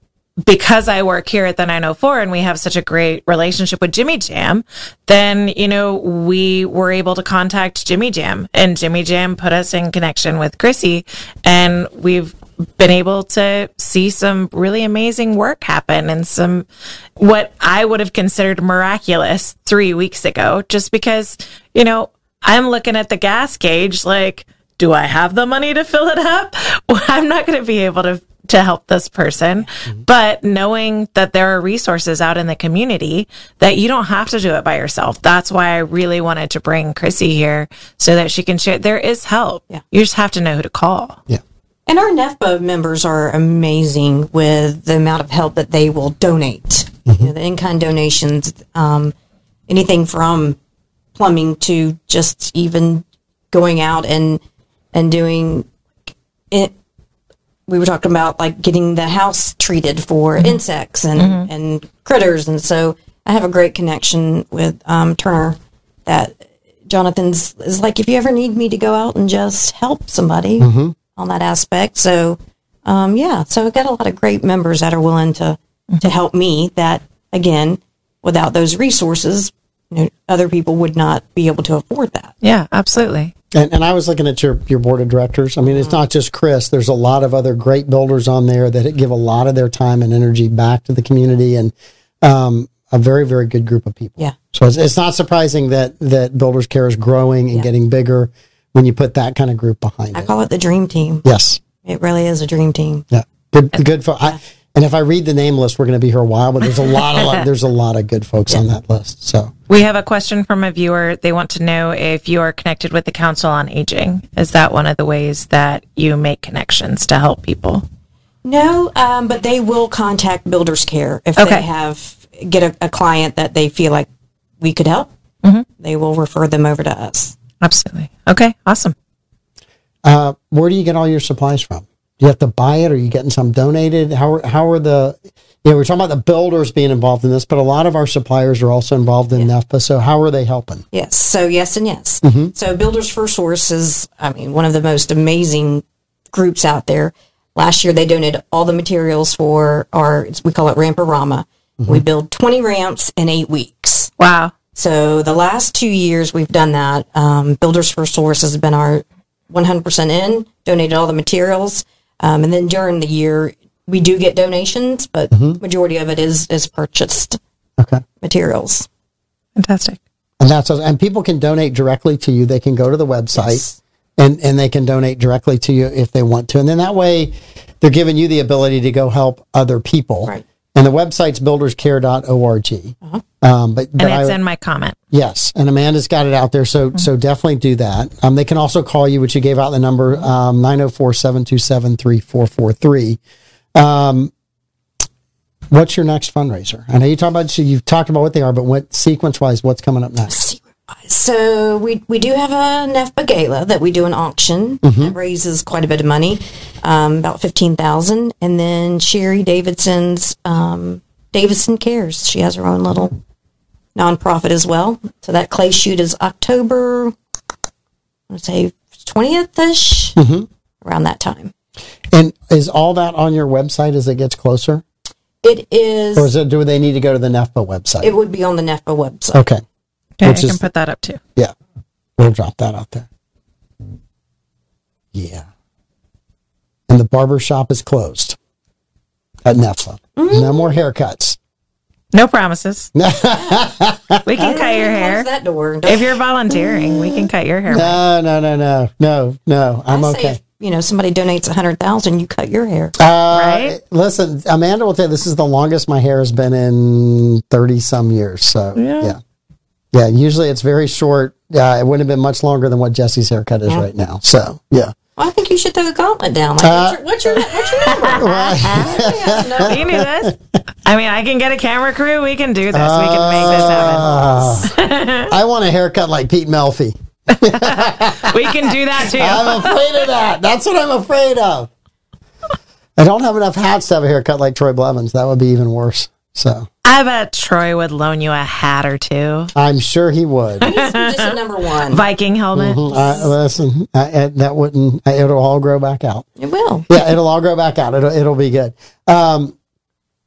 [SPEAKER 2] because I work here at the 904 and we have such a great relationship with Jimmy Jam, then, you know, we were able to contact Jimmy Jam and Jimmy Jam put us in connection with Chrissy and we've been able to see some really amazing work happen and some what I would have considered miraculous three weeks ago, just because, you know, I'm looking at the gas gauge like, do I have the money to fill it up? (laughs) Well, I'm not going to be able to to help this person. But knowing that there are resources out in the community that you don't have to do it by yourself. That's why I really wanted to bring Chrissy here so that she can share there is help.
[SPEAKER 3] Yeah.
[SPEAKER 2] You just have to know who to call.
[SPEAKER 1] Yeah.
[SPEAKER 3] And our NEFPA members are amazing with the amount of help that they will donate. You know, the in-kind donations, um, anything from plumbing to just even going out and and doing it. We were talking about like getting the house treated for insects and and critters, and so I have a great connection with um, Turner that Jonathan's is like if you ever need me to go out and just help somebody on that aspect. So, um, yeah, so I've got a lot of great members that are willing to to help me. That again, without those resources, you know, other people would not be able to afford that.
[SPEAKER 2] Yeah, absolutely.
[SPEAKER 1] And, and I was looking at your, your board of directors. I mean, it's not just Chris. There's a lot of other great builders on there that give a lot of their time and energy back to the community and um, a very, very good group of people.
[SPEAKER 3] Yeah,
[SPEAKER 1] So it's, it's not surprising that, that Builders Care is growing and getting bigger when you put that kind of group behind
[SPEAKER 3] I
[SPEAKER 1] it.
[SPEAKER 3] call it the dream team.
[SPEAKER 1] Yes.
[SPEAKER 3] It really is a dream team.
[SPEAKER 1] Yeah, good, good for. I, and if I read the name list, we're going to be here a while. But there's a lot of
[SPEAKER 3] (laughs)
[SPEAKER 1] there's a lot of good folks on that list. So
[SPEAKER 2] We have a question from a viewer. They want to know if you are connected with the Council on Aging. Is that one of the ways that you make connections to help people?
[SPEAKER 3] No, um, but they will contact Builders Care if
[SPEAKER 2] Okay.
[SPEAKER 3] they have get a, a client that they feel like we could help. They will refer them over to us.
[SPEAKER 2] Absolutely. Okay, awesome.
[SPEAKER 1] uh, where do you get all your supplies from? Do you have to buy it, or are you getting some donated? How are, how are the you know, we're talking about the builders being involved in this, but a lot of our suppliers are also involved in NEFPA. So how are they helping?
[SPEAKER 3] Yes. So yes and yes. So Builders First Source is, I mean, one of the most amazing groups out there. Last year, they donated all the materials for our, we call it Ramparama. We build 20 ramps in eight weeks.
[SPEAKER 2] Wow.
[SPEAKER 3] So the last two years we've done that. Um, Builders First Source has been our 100% in, donated all the materials, um, and then during the year we do get donations, but majority of it is is purchased
[SPEAKER 1] Okay.
[SPEAKER 3] materials.
[SPEAKER 2] Fantastic.
[SPEAKER 1] And that's and people can donate directly to you. They can go to the website
[SPEAKER 3] Yes.
[SPEAKER 1] and and they can donate directly to you if they want to. And then that way they're giving you the ability to go help other people.
[SPEAKER 3] Right.
[SPEAKER 1] And the website's builderscare.org. Um, but but
[SPEAKER 2] and it's
[SPEAKER 1] I,
[SPEAKER 2] in my comment.
[SPEAKER 1] yes, and Amanda's got it out there, so so definitely do that. Um, they can also call you, which you gave out the number um, 904-727-3443. Um, what's your next fundraiser? I know you talked about so you've talked about what they are, but what sequence wise, what's coming up next?
[SPEAKER 3] So we we do have a NEFPA gala that we do an auction that raises quite a bit of money, um, about fifteen thousand, and then Sherry Davidson's um, Davidson Cares. She has her own little nonprofit as well. So that clay shoot is October, I would say twentieth ish, around that time.
[SPEAKER 1] And is all that on your website as it gets closer,
[SPEAKER 3] It
[SPEAKER 1] or
[SPEAKER 3] is.
[SPEAKER 1] is it? Do they need to go to the E NEFPA website?
[SPEAKER 3] It would be on the E NEFPA website.
[SPEAKER 1] okay,
[SPEAKER 2] Okay,
[SPEAKER 1] Which
[SPEAKER 2] I can
[SPEAKER 1] is-
[SPEAKER 2] put that up too.
[SPEAKER 1] yeah, we'll drop that out there. Yeah, and the barber shop is closed at E NEFPA. No more haircuts.
[SPEAKER 2] No
[SPEAKER 1] (laughs)
[SPEAKER 2] promises. we can cut your hair.
[SPEAKER 3] Close that door. Don't-
[SPEAKER 2] If you're volunteering, we can cut your hair.
[SPEAKER 1] (laughs) No, no, no, no, no, no. I'm
[SPEAKER 3] I say
[SPEAKER 1] okay.
[SPEAKER 3] if, you know, somebody donates a hundred thousand, you cut your hair.
[SPEAKER 1] Uh,
[SPEAKER 2] Right?
[SPEAKER 1] Listen, Amanda will tell you this is the longest my hair has been in 30 some years. So, yeah.
[SPEAKER 2] Yeah.
[SPEAKER 1] Yeah, usually it's very short. Uh, it wouldn't have been much longer than what Jesse's haircut is right now. So, yeah.
[SPEAKER 3] Well, I think you should throw a gauntlet down. Like, what's, your, what's your what's your
[SPEAKER 2] Uh,
[SPEAKER 1] (laughs)
[SPEAKER 3] number?
[SPEAKER 2] You knew this. I mean, I can get a camera crew. We can do this. we can make this happen. uh,
[SPEAKER 1] (laughs)
[SPEAKER 2] (laughs)
[SPEAKER 1] I want a haircut like Pete Melfi. Ah.
[SPEAKER 2] We can do that too.
[SPEAKER 1] I'm afraid of that. That's what I'm afraid of. I don't have enough hats to have a haircut like Troy Blevins. That would be even worse. So,
[SPEAKER 2] I bet Troy would loan you a hat or two.
[SPEAKER 1] I'm sure he would.
[SPEAKER 3] Just a number one.
[SPEAKER 2] Viking helmet.
[SPEAKER 1] I, listen, I, I- that wouldn't, I, it'll all grow back out.
[SPEAKER 3] It will.
[SPEAKER 1] Yeah, it'll all grow back out. It'll, it'll be good.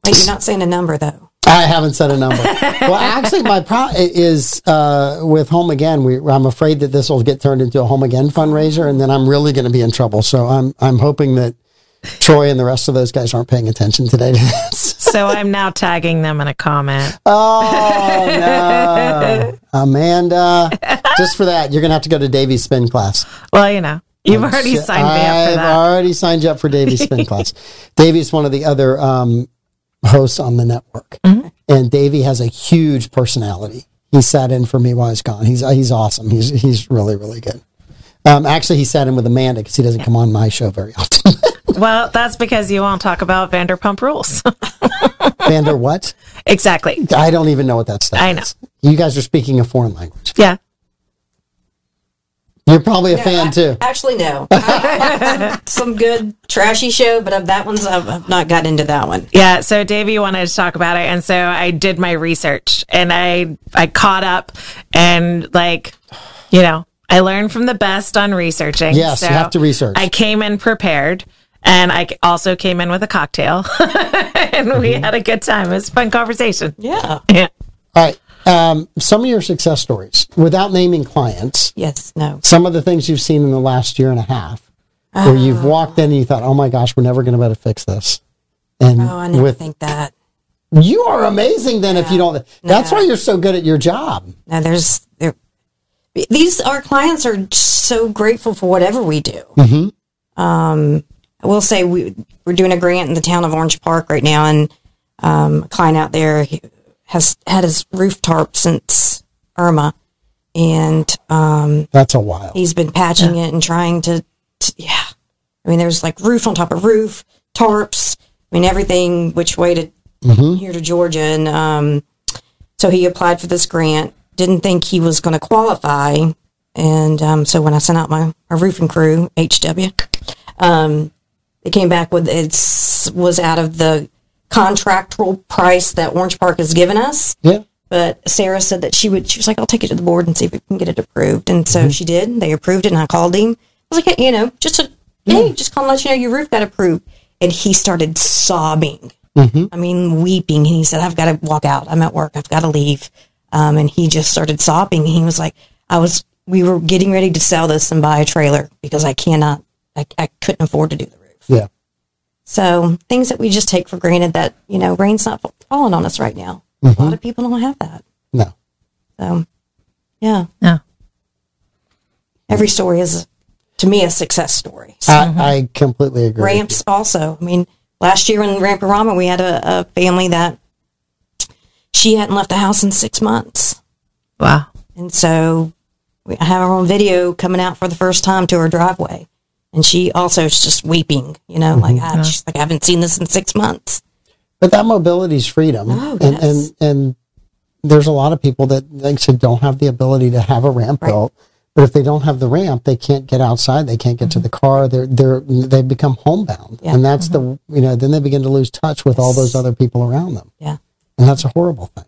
[SPEAKER 3] Wait, you're not saying a number though.
[SPEAKER 1] I haven't said a number. well, actually, my pro is uh, with Home Again. We, I'm afraid that this will get turned into a Home Again fundraiser, and then I'm really going to be in trouble. So I'm I'm hoping that Troy and the rest of those guys aren't paying attention today to this. (laughs)
[SPEAKER 2] So I'm now tagging them in a comment.
[SPEAKER 1] Oh no, Amanda! Just for that, you're going to have to go to Davy's spin class.
[SPEAKER 2] Well, you know, you've already signed me up
[SPEAKER 1] Oh, I've
[SPEAKER 2] for that.
[SPEAKER 1] already signed you up for Davey's
[SPEAKER 2] (laughs)
[SPEAKER 1] spin class. Davey's one of the other um, hosts on the network,
[SPEAKER 2] Mm-hmm.
[SPEAKER 1] and Davey has a huge personality. He sat in for me while I was gone. He's he's awesome. He's he's really really good. Um, actually, he sat in with Amanda because he doesn't come on my show very often. (laughs)
[SPEAKER 2] Well, that's because you won't talk about Vanderpump Rules. (laughs)
[SPEAKER 1] Vander, what?
[SPEAKER 2] exactly.
[SPEAKER 1] I don't even know what that stuff
[SPEAKER 2] I know.
[SPEAKER 1] is. You guys are speaking a foreign language.
[SPEAKER 2] Yeah.
[SPEAKER 1] You're probably a fan too.
[SPEAKER 3] Actually, no. Some good trashy show, but of that one's I've, I've not got into that one.
[SPEAKER 2] Yeah, so Davey wanted to talk about it, and so I did my research and I I caught up and like, you know, I learned from the best on researching.
[SPEAKER 1] Yes, you have to research.
[SPEAKER 2] I came in prepared, and I c- also came in with a cocktail, (laughs) and we
[SPEAKER 1] Mm-hmm.
[SPEAKER 2] had a good time. It was a fun conversation.
[SPEAKER 3] Yeah.
[SPEAKER 2] Yeah,
[SPEAKER 1] All right. Um, some of your success stories, without naming clients,
[SPEAKER 3] Yes. No.
[SPEAKER 1] some of the things you've seen in the last year and a half where you've walked in and you thought, oh my gosh, we're never going to be able to fix this. And
[SPEAKER 3] Oh, I never
[SPEAKER 1] with
[SPEAKER 3] think that.
[SPEAKER 1] you are amazing then if you don't. That's why you're so good at your job.
[SPEAKER 3] Now there's there. These our clients are so grateful for whatever we do. Um, I will say we we're doing a grant in the town of Orange Park right now, and um, a client out there he has had his roof tarp since Irma, and um,
[SPEAKER 1] That's a while.
[SPEAKER 3] he's been patching it and trying to, to. Yeah, I mean, there's like roof on top of roof, tarps. I mean, everything which way to here to Georgia, and um, so he applied for this grant. Didn't think he was going to qualify, and um, so when I sent out my, my roofing crew, HW, um, they came back with it was out of the contractual price that Orange Park has given us.
[SPEAKER 1] Yeah.
[SPEAKER 3] But Sarah said that she would. She was like, "I'll take it to the board and see if we can get it approved." And so she did. They approved it, and I called him. I was like, "Hey, "You know, just a hey, just call and let you know your roof got approved." and he started sobbing. I mean, weeping. And he said, I've got to walk out. I'm at work. I've got to leave. Um, and he just started sobbing. He was like, I was, we were getting ready to sell this and buy a trailer because I cannot, I, I couldn't afford to do the roof.
[SPEAKER 1] Yeah.
[SPEAKER 3] So things that we just take for granted that, you know, rain's not fa- falling on us right now. A lot of people don't have that.
[SPEAKER 1] No.
[SPEAKER 3] So, yeah,
[SPEAKER 2] No.
[SPEAKER 3] every story is, to me, a success story. So,
[SPEAKER 1] I, I completely agree.
[SPEAKER 3] ramps also. I mean, last year in Ramparama, we had a, a family that she hadn't left the house in six months.
[SPEAKER 2] Wow.
[SPEAKER 3] And so we I have her on video coming out for the first time to her driveway. And she also is just weeping, you know, like,
[SPEAKER 1] Mm-hmm.
[SPEAKER 3] ah, she's like, I haven't seen this in six months.
[SPEAKER 1] But that mobility is freedom,
[SPEAKER 3] Oh,
[SPEAKER 1] and
[SPEAKER 3] yes.
[SPEAKER 1] and and there's a lot of people that like I said don't have the ability to have a ramp
[SPEAKER 3] Right.
[SPEAKER 1] built. But if they don't have the ramp, they can't get outside. They can't get to the car. They're they're they become homebound,
[SPEAKER 3] Mm-hmm. Yeah. Mm-hmm.
[SPEAKER 1] and that's the you know then they begin to lose touch with all those other people around them,
[SPEAKER 3] Yeah.
[SPEAKER 1] and that's a horrible thing.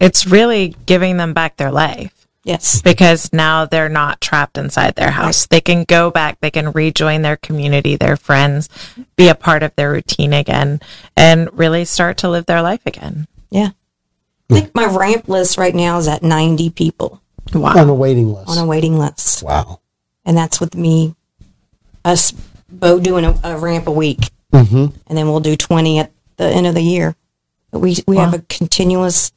[SPEAKER 2] It's really giving them back their life
[SPEAKER 3] Yes.
[SPEAKER 2] because now they're not trapped inside their house. They can go back, they can rejoin their community, their friends, be a part of their routine again, and really start to live their life again.
[SPEAKER 3] Yeah. I think my ramp list right now is at 90 people
[SPEAKER 2] Wow.
[SPEAKER 1] On a waiting list.
[SPEAKER 3] Ah. on a waiting list.
[SPEAKER 1] wow.
[SPEAKER 3] and that's with me, us, Bo doing a, a ramp a week, mm-hmm. and then we'll do twenty at the end of the year. But we we have a continuous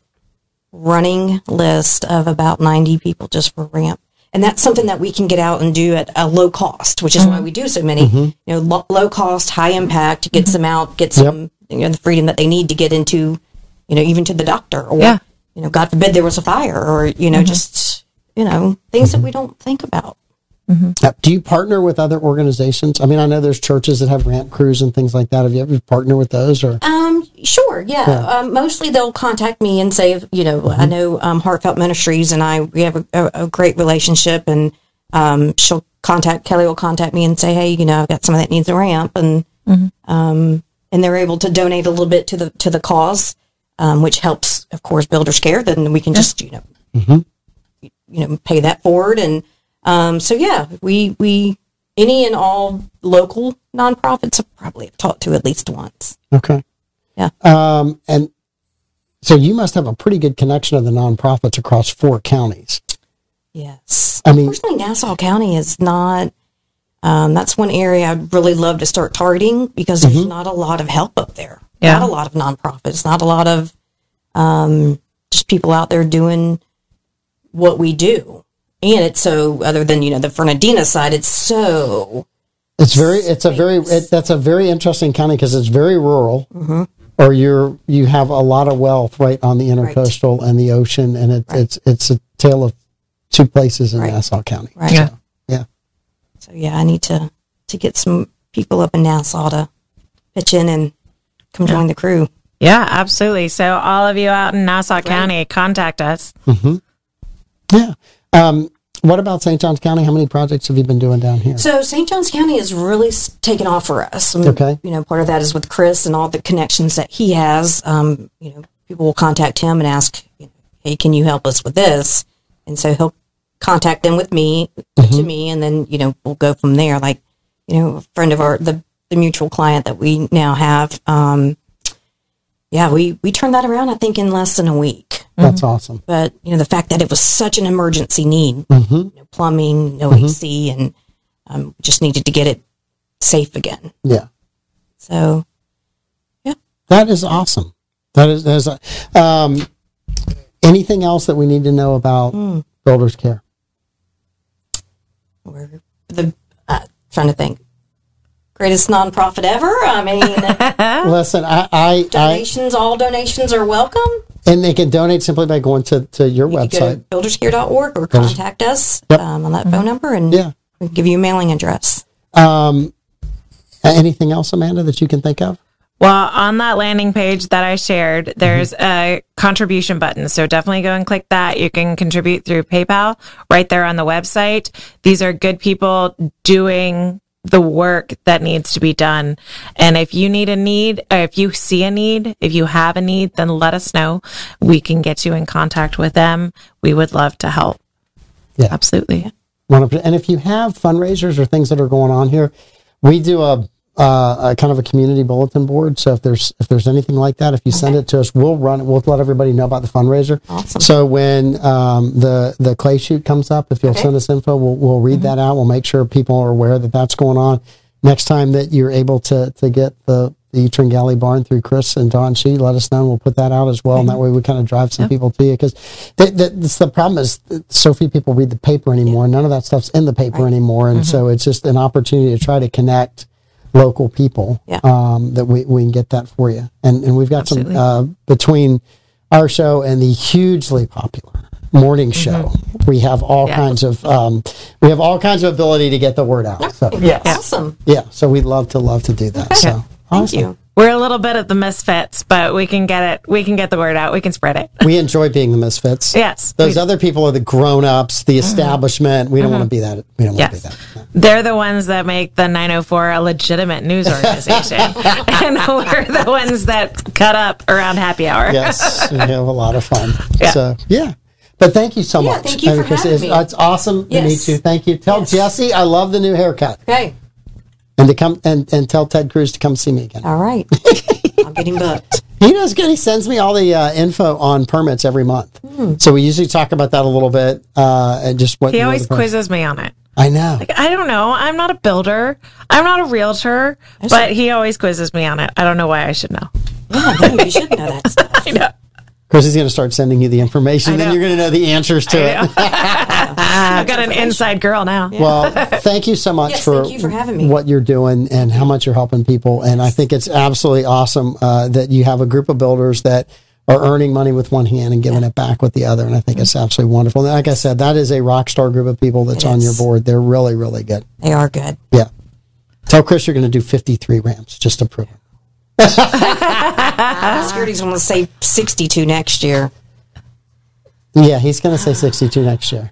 [SPEAKER 3] running list of about ninety people just for ramp, and that's something that we can get out and do at a low cost, which is why we do so many. You know, lo- low cost, high impact gets them out, gets them you know the freedom that they need to get into, you know, even to the doctor or.
[SPEAKER 2] Yeah.
[SPEAKER 3] You know, God forbid there was a fire, or you know, just you know, things that we don't think about.
[SPEAKER 1] Uh, Do you partner with other organizations? I mean, I know there's churches that have ramp crews and things like that. Have you ever partnered with those or?
[SPEAKER 3] Um, sure, yeah. Um, mostly they'll contact me and say, you know, I know um, Heartfelt Ministries and I we have a, a, a great relationship, and um, she'll contact Kelly will contact me and say, hey, you know, I've got someone that needs a ramp, and um, and they're able to donate a little bit to the to the cause, um, which helps, of course, builders care. Then we can just you know, you know, pay that forward, and um, so yeah, we we any and all local nonprofits have probably have talked to at least once.
[SPEAKER 1] Okay.
[SPEAKER 3] Yeah.
[SPEAKER 1] Um, and so you must have a pretty good connection of the nonprofits across four counties.
[SPEAKER 3] Yes.
[SPEAKER 1] I mean-
[SPEAKER 3] unfortunately, Nassau County is not. Um, that's one area I'd really love to start targeting because there's not a lot of help up there.
[SPEAKER 2] Yeah.
[SPEAKER 3] Not a lot of nonprofits. Not a lot of um, just people out there doing what we do. And it's so other than you know the Fernandina side, it's so
[SPEAKER 1] It's very, it's a very, it, that's a very interesting county because it's very rural
[SPEAKER 3] Mm-hmm.
[SPEAKER 1] or you're, you have a lot of wealth right on the intercoastal and the ocean. And it's, it's, it's a tale of two places in Nassau County.
[SPEAKER 3] right.
[SPEAKER 2] Yeah.
[SPEAKER 1] Yeah.
[SPEAKER 3] So yeah, I need to to get some people up in Nassau to pitch in and come join the crew.
[SPEAKER 2] Yeah, absolutely. So, all of you out in Nassau County, contact us.
[SPEAKER 1] Mm-hmm. Yeah. Um, what about St. John's County? How many projects have you been doing down here?
[SPEAKER 3] So St. John's County is really s- taken off for us. And,
[SPEAKER 1] Okay.
[SPEAKER 3] You know, part of that is with Chris and all the connections that he has. Um, you know, people will contact him and ask, you know, "Hey, can you help us with this?" And so he'll contact them with me to me, and then you know we'll go from there. Like, you know, a friend of our the the mutual client that we now have. Um, yeah, we we turned that around. I think in less than a week
[SPEAKER 1] That's awesome.
[SPEAKER 3] but you know the fact that it was such an emergency need
[SPEAKER 1] Mm-hmm.
[SPEAKER 3] you know, plumbing no ac and um, just needed to get it safe again
[SPEAKER 1] Yeah.
[SPEAKER 3] so
[SPEAKER 1] That is awesome. That is, that is uh, um, anything else that we need to know about
[SPEAKER 3] Hmm.
[SPEAKER 1] Builders Care?
[SPEAKER 3] we're the uh, trying to think greatest nonprofit ever i
[SPEAKER 1] (laughs)
[SPEAKER 3] mean uh,
[SPEAKER 1] Listen, I, I, I,
[SPEAKER 3] Ah. donations all donations are welcome
[SPEAKER 1] and they can donate simply by going to, to your
[SPEAKER 3] you go to
[SPEAKER 1] website.
[SPEAKER 3] builderscare.org or contact us
[SPEAKER 1] Yep.
[SPEAKER 3] um, on that
[SPEAKER 2] Mm-hmm.
[SPEAKER 3] phone number and
[SPEAKER 1] Yeah.
[SPEAKER 3] we can give you a mailing address
[SPEAKER 1] Um, a- anything else, Amanda, that you can think of?
[SPEAKER 2] Well, on that landing page that I shared, there's a contribution button. So definitely go and click that. You can contribute through PayPal right there on the website. These are good people doing the work that needs to be done. And if you need a need, or if you see a need, if you have a need, then let us know. We can get you in contact with them. We would love to help.
[SPEAKER 1] Yeah.
[SPEAKER 2] Absolutely.
[SPEAKER 1] One hundred percent. And if you have fundraisers or things that are going on here, we do a uh, a kind of a community bulletin board. So if there's if there's anything like that, if you send it to us, we'll run it. We'll let everybody know about the fundraiser.
[SPEAKER 3] Awesome.
[SPEAKER 1] So when um, the the clay shoot comes up, if you'll
[SPEAKER 3] Okay. Mm-hmm.
[SPEAKER 1] send us info, we'll we'll read that out. We'll make sure people are aware that that's going on. Next time that you're able to to get the the Tringali barn through Chris and Don She, let us know. and We'll put that out as well, and that way we kind of drive some people to you because th- th- that's the problem is that so few people read the paper anymore. None of that stuff's in the paper anymore,
[SPEAKER 3] Mm-hmm.
[SPEAKER 1] and so it's just an opportunity to try to connect local people
[SPEAKER 3] Yeah.
[SPEAKER 1] um, that we, we can get that for you. And, and we've got
[SPEAKER 2] Absolutely.
[SPEAKER 1] some uh, between our show and the hugely popular morning
[SPEAKER 3] Mm-hmm.
[SPEAKER 1] show. We have all
[SPEAKER 2] Yeah.
[SPEAKER 1] kinds of um, we have all kinds of ability to get the word out. So yeah,
[SPEAKER 3] Awesome.
[SPEAKER 1] yeah. So we'd love to love to do that. So
[SPEAKER 3] Thank
[SPEAKER 1] awesome.
[SPEAKER 3] you.
[SPEAKER 2] We're a little bit of the misfits, but we can get it. We can get the word out. We can spread it.
[SPEAKER 1] we enjoy being the misfits.
[SPEAKER 2] Yes.
[SPEAKER 1] Those
[SPEAKER 2] we-
[SPEAKER 1] other people are the grown ups,
[SPEAKER 3] Mm-hmm.
[SPEAKER 1] the establishment. We don't want to be that. We don't want to
[SPEAKER 2] Yes.
[SPEAKER 1] be that.
[SPEAKER 2] They're the ones that make the 904 a
[SPEAKER 1] (laughs)
[SPEAKER 2] legitimate news organization. and we're the ones that cut up around happy hour.
[SPEAKER 1] yes, we have a lot of fun.
[SPEAKER 2] Yeah.
[SPEAKER 1] So yeah. But thank you so
[SPEAKER 3] Yeah,
[SPEAKER 1] much.
[SPEAKER 3] thank you
[SPEAKER 1] I mean,
[SPEAKER 3] for
[SPEAKER 1] 'cause
[SPEAKER 3] having
[SPEAKER 1] it's, uh,
[SPEAKER 3] me.
[SPEAKER 1] it's awesome to
[SPEAKER 3] Yes.
[SPEAKER 1] meet you. Thank you. Tell
[SPEAKER 3] Yes.
[SPEAKER 1] Jesse I love the new haircut.
[SPEAKER 3] Okay.
[SPEAKER 1] And to come and, and tell Ted Cruz to come see me again. (laughs)
[SPEAKER 3] All right. I'll get him booked.
[SPEAKER 1] He does good. He sends me all the uh, info on permits every month.
[SPEAKER 3] Hmm.
[SPEAKER 1] So we usually talk about that a little bit. Uh, and just what
[SPEAKER 2] He
[SPEAKER 1] what the
[SPEAKER 2] always
[SPEAKER 1] permits-
[SPEAKER 2] quizzes me on it.
[SPEAKER 1] I know.
[SPEAKER 2] I don't know. I'm not a builder. I'm not a realtor, but he always quizzes me on it. I don't know why I should know.
[SPEAKER 3] Yeah, no, you should know that stuff.
[SPEAKER 2] (laughs) I know.
[SPEAKER 1] Of course, he's going to start sending you the information.
[SPEAKER 2] I
[SPEAKER 1] Then
[SPEAKER 2] know.
[SPEAKER 1] you're going to know the answers to it.
[SPEAKER 2] (laughs) I've got an inside girl now.
[SPEAKER 3] (laughs)
[SPEAKER 1] Well, thank you so much
[SPEAKER 3] Yes,
[SPEAKER 1] for,
[SPEAKER 3] thank you for having me.
[SPEAKER 1] what you're doing and how much you're helping people. And I think it's absolutely awesome uh, that you have a group of builders that are earning money with one hand and giving it back with the other. And I think it's absolutely wonderful. And like I said, that is a rock star group of people that's
[SPEAKER 3] Mm-hmm. It
[SPEAKER 1] on your
[SPEAKER 3] is.
[SPEAKER 1] board. They're really, really good.
[SPEAKER 3] They are good.
[SPEAKER 1] Yeah. Tell Chris you're going to do 53 ramps just to prove it.
[SPEAKER 3] Security's going to say 62 next year.
[SPEAKER 1] Yeah, he's going to
[SPEAKER 3] (gasps)
[SPEAKER 1] say 62 next year.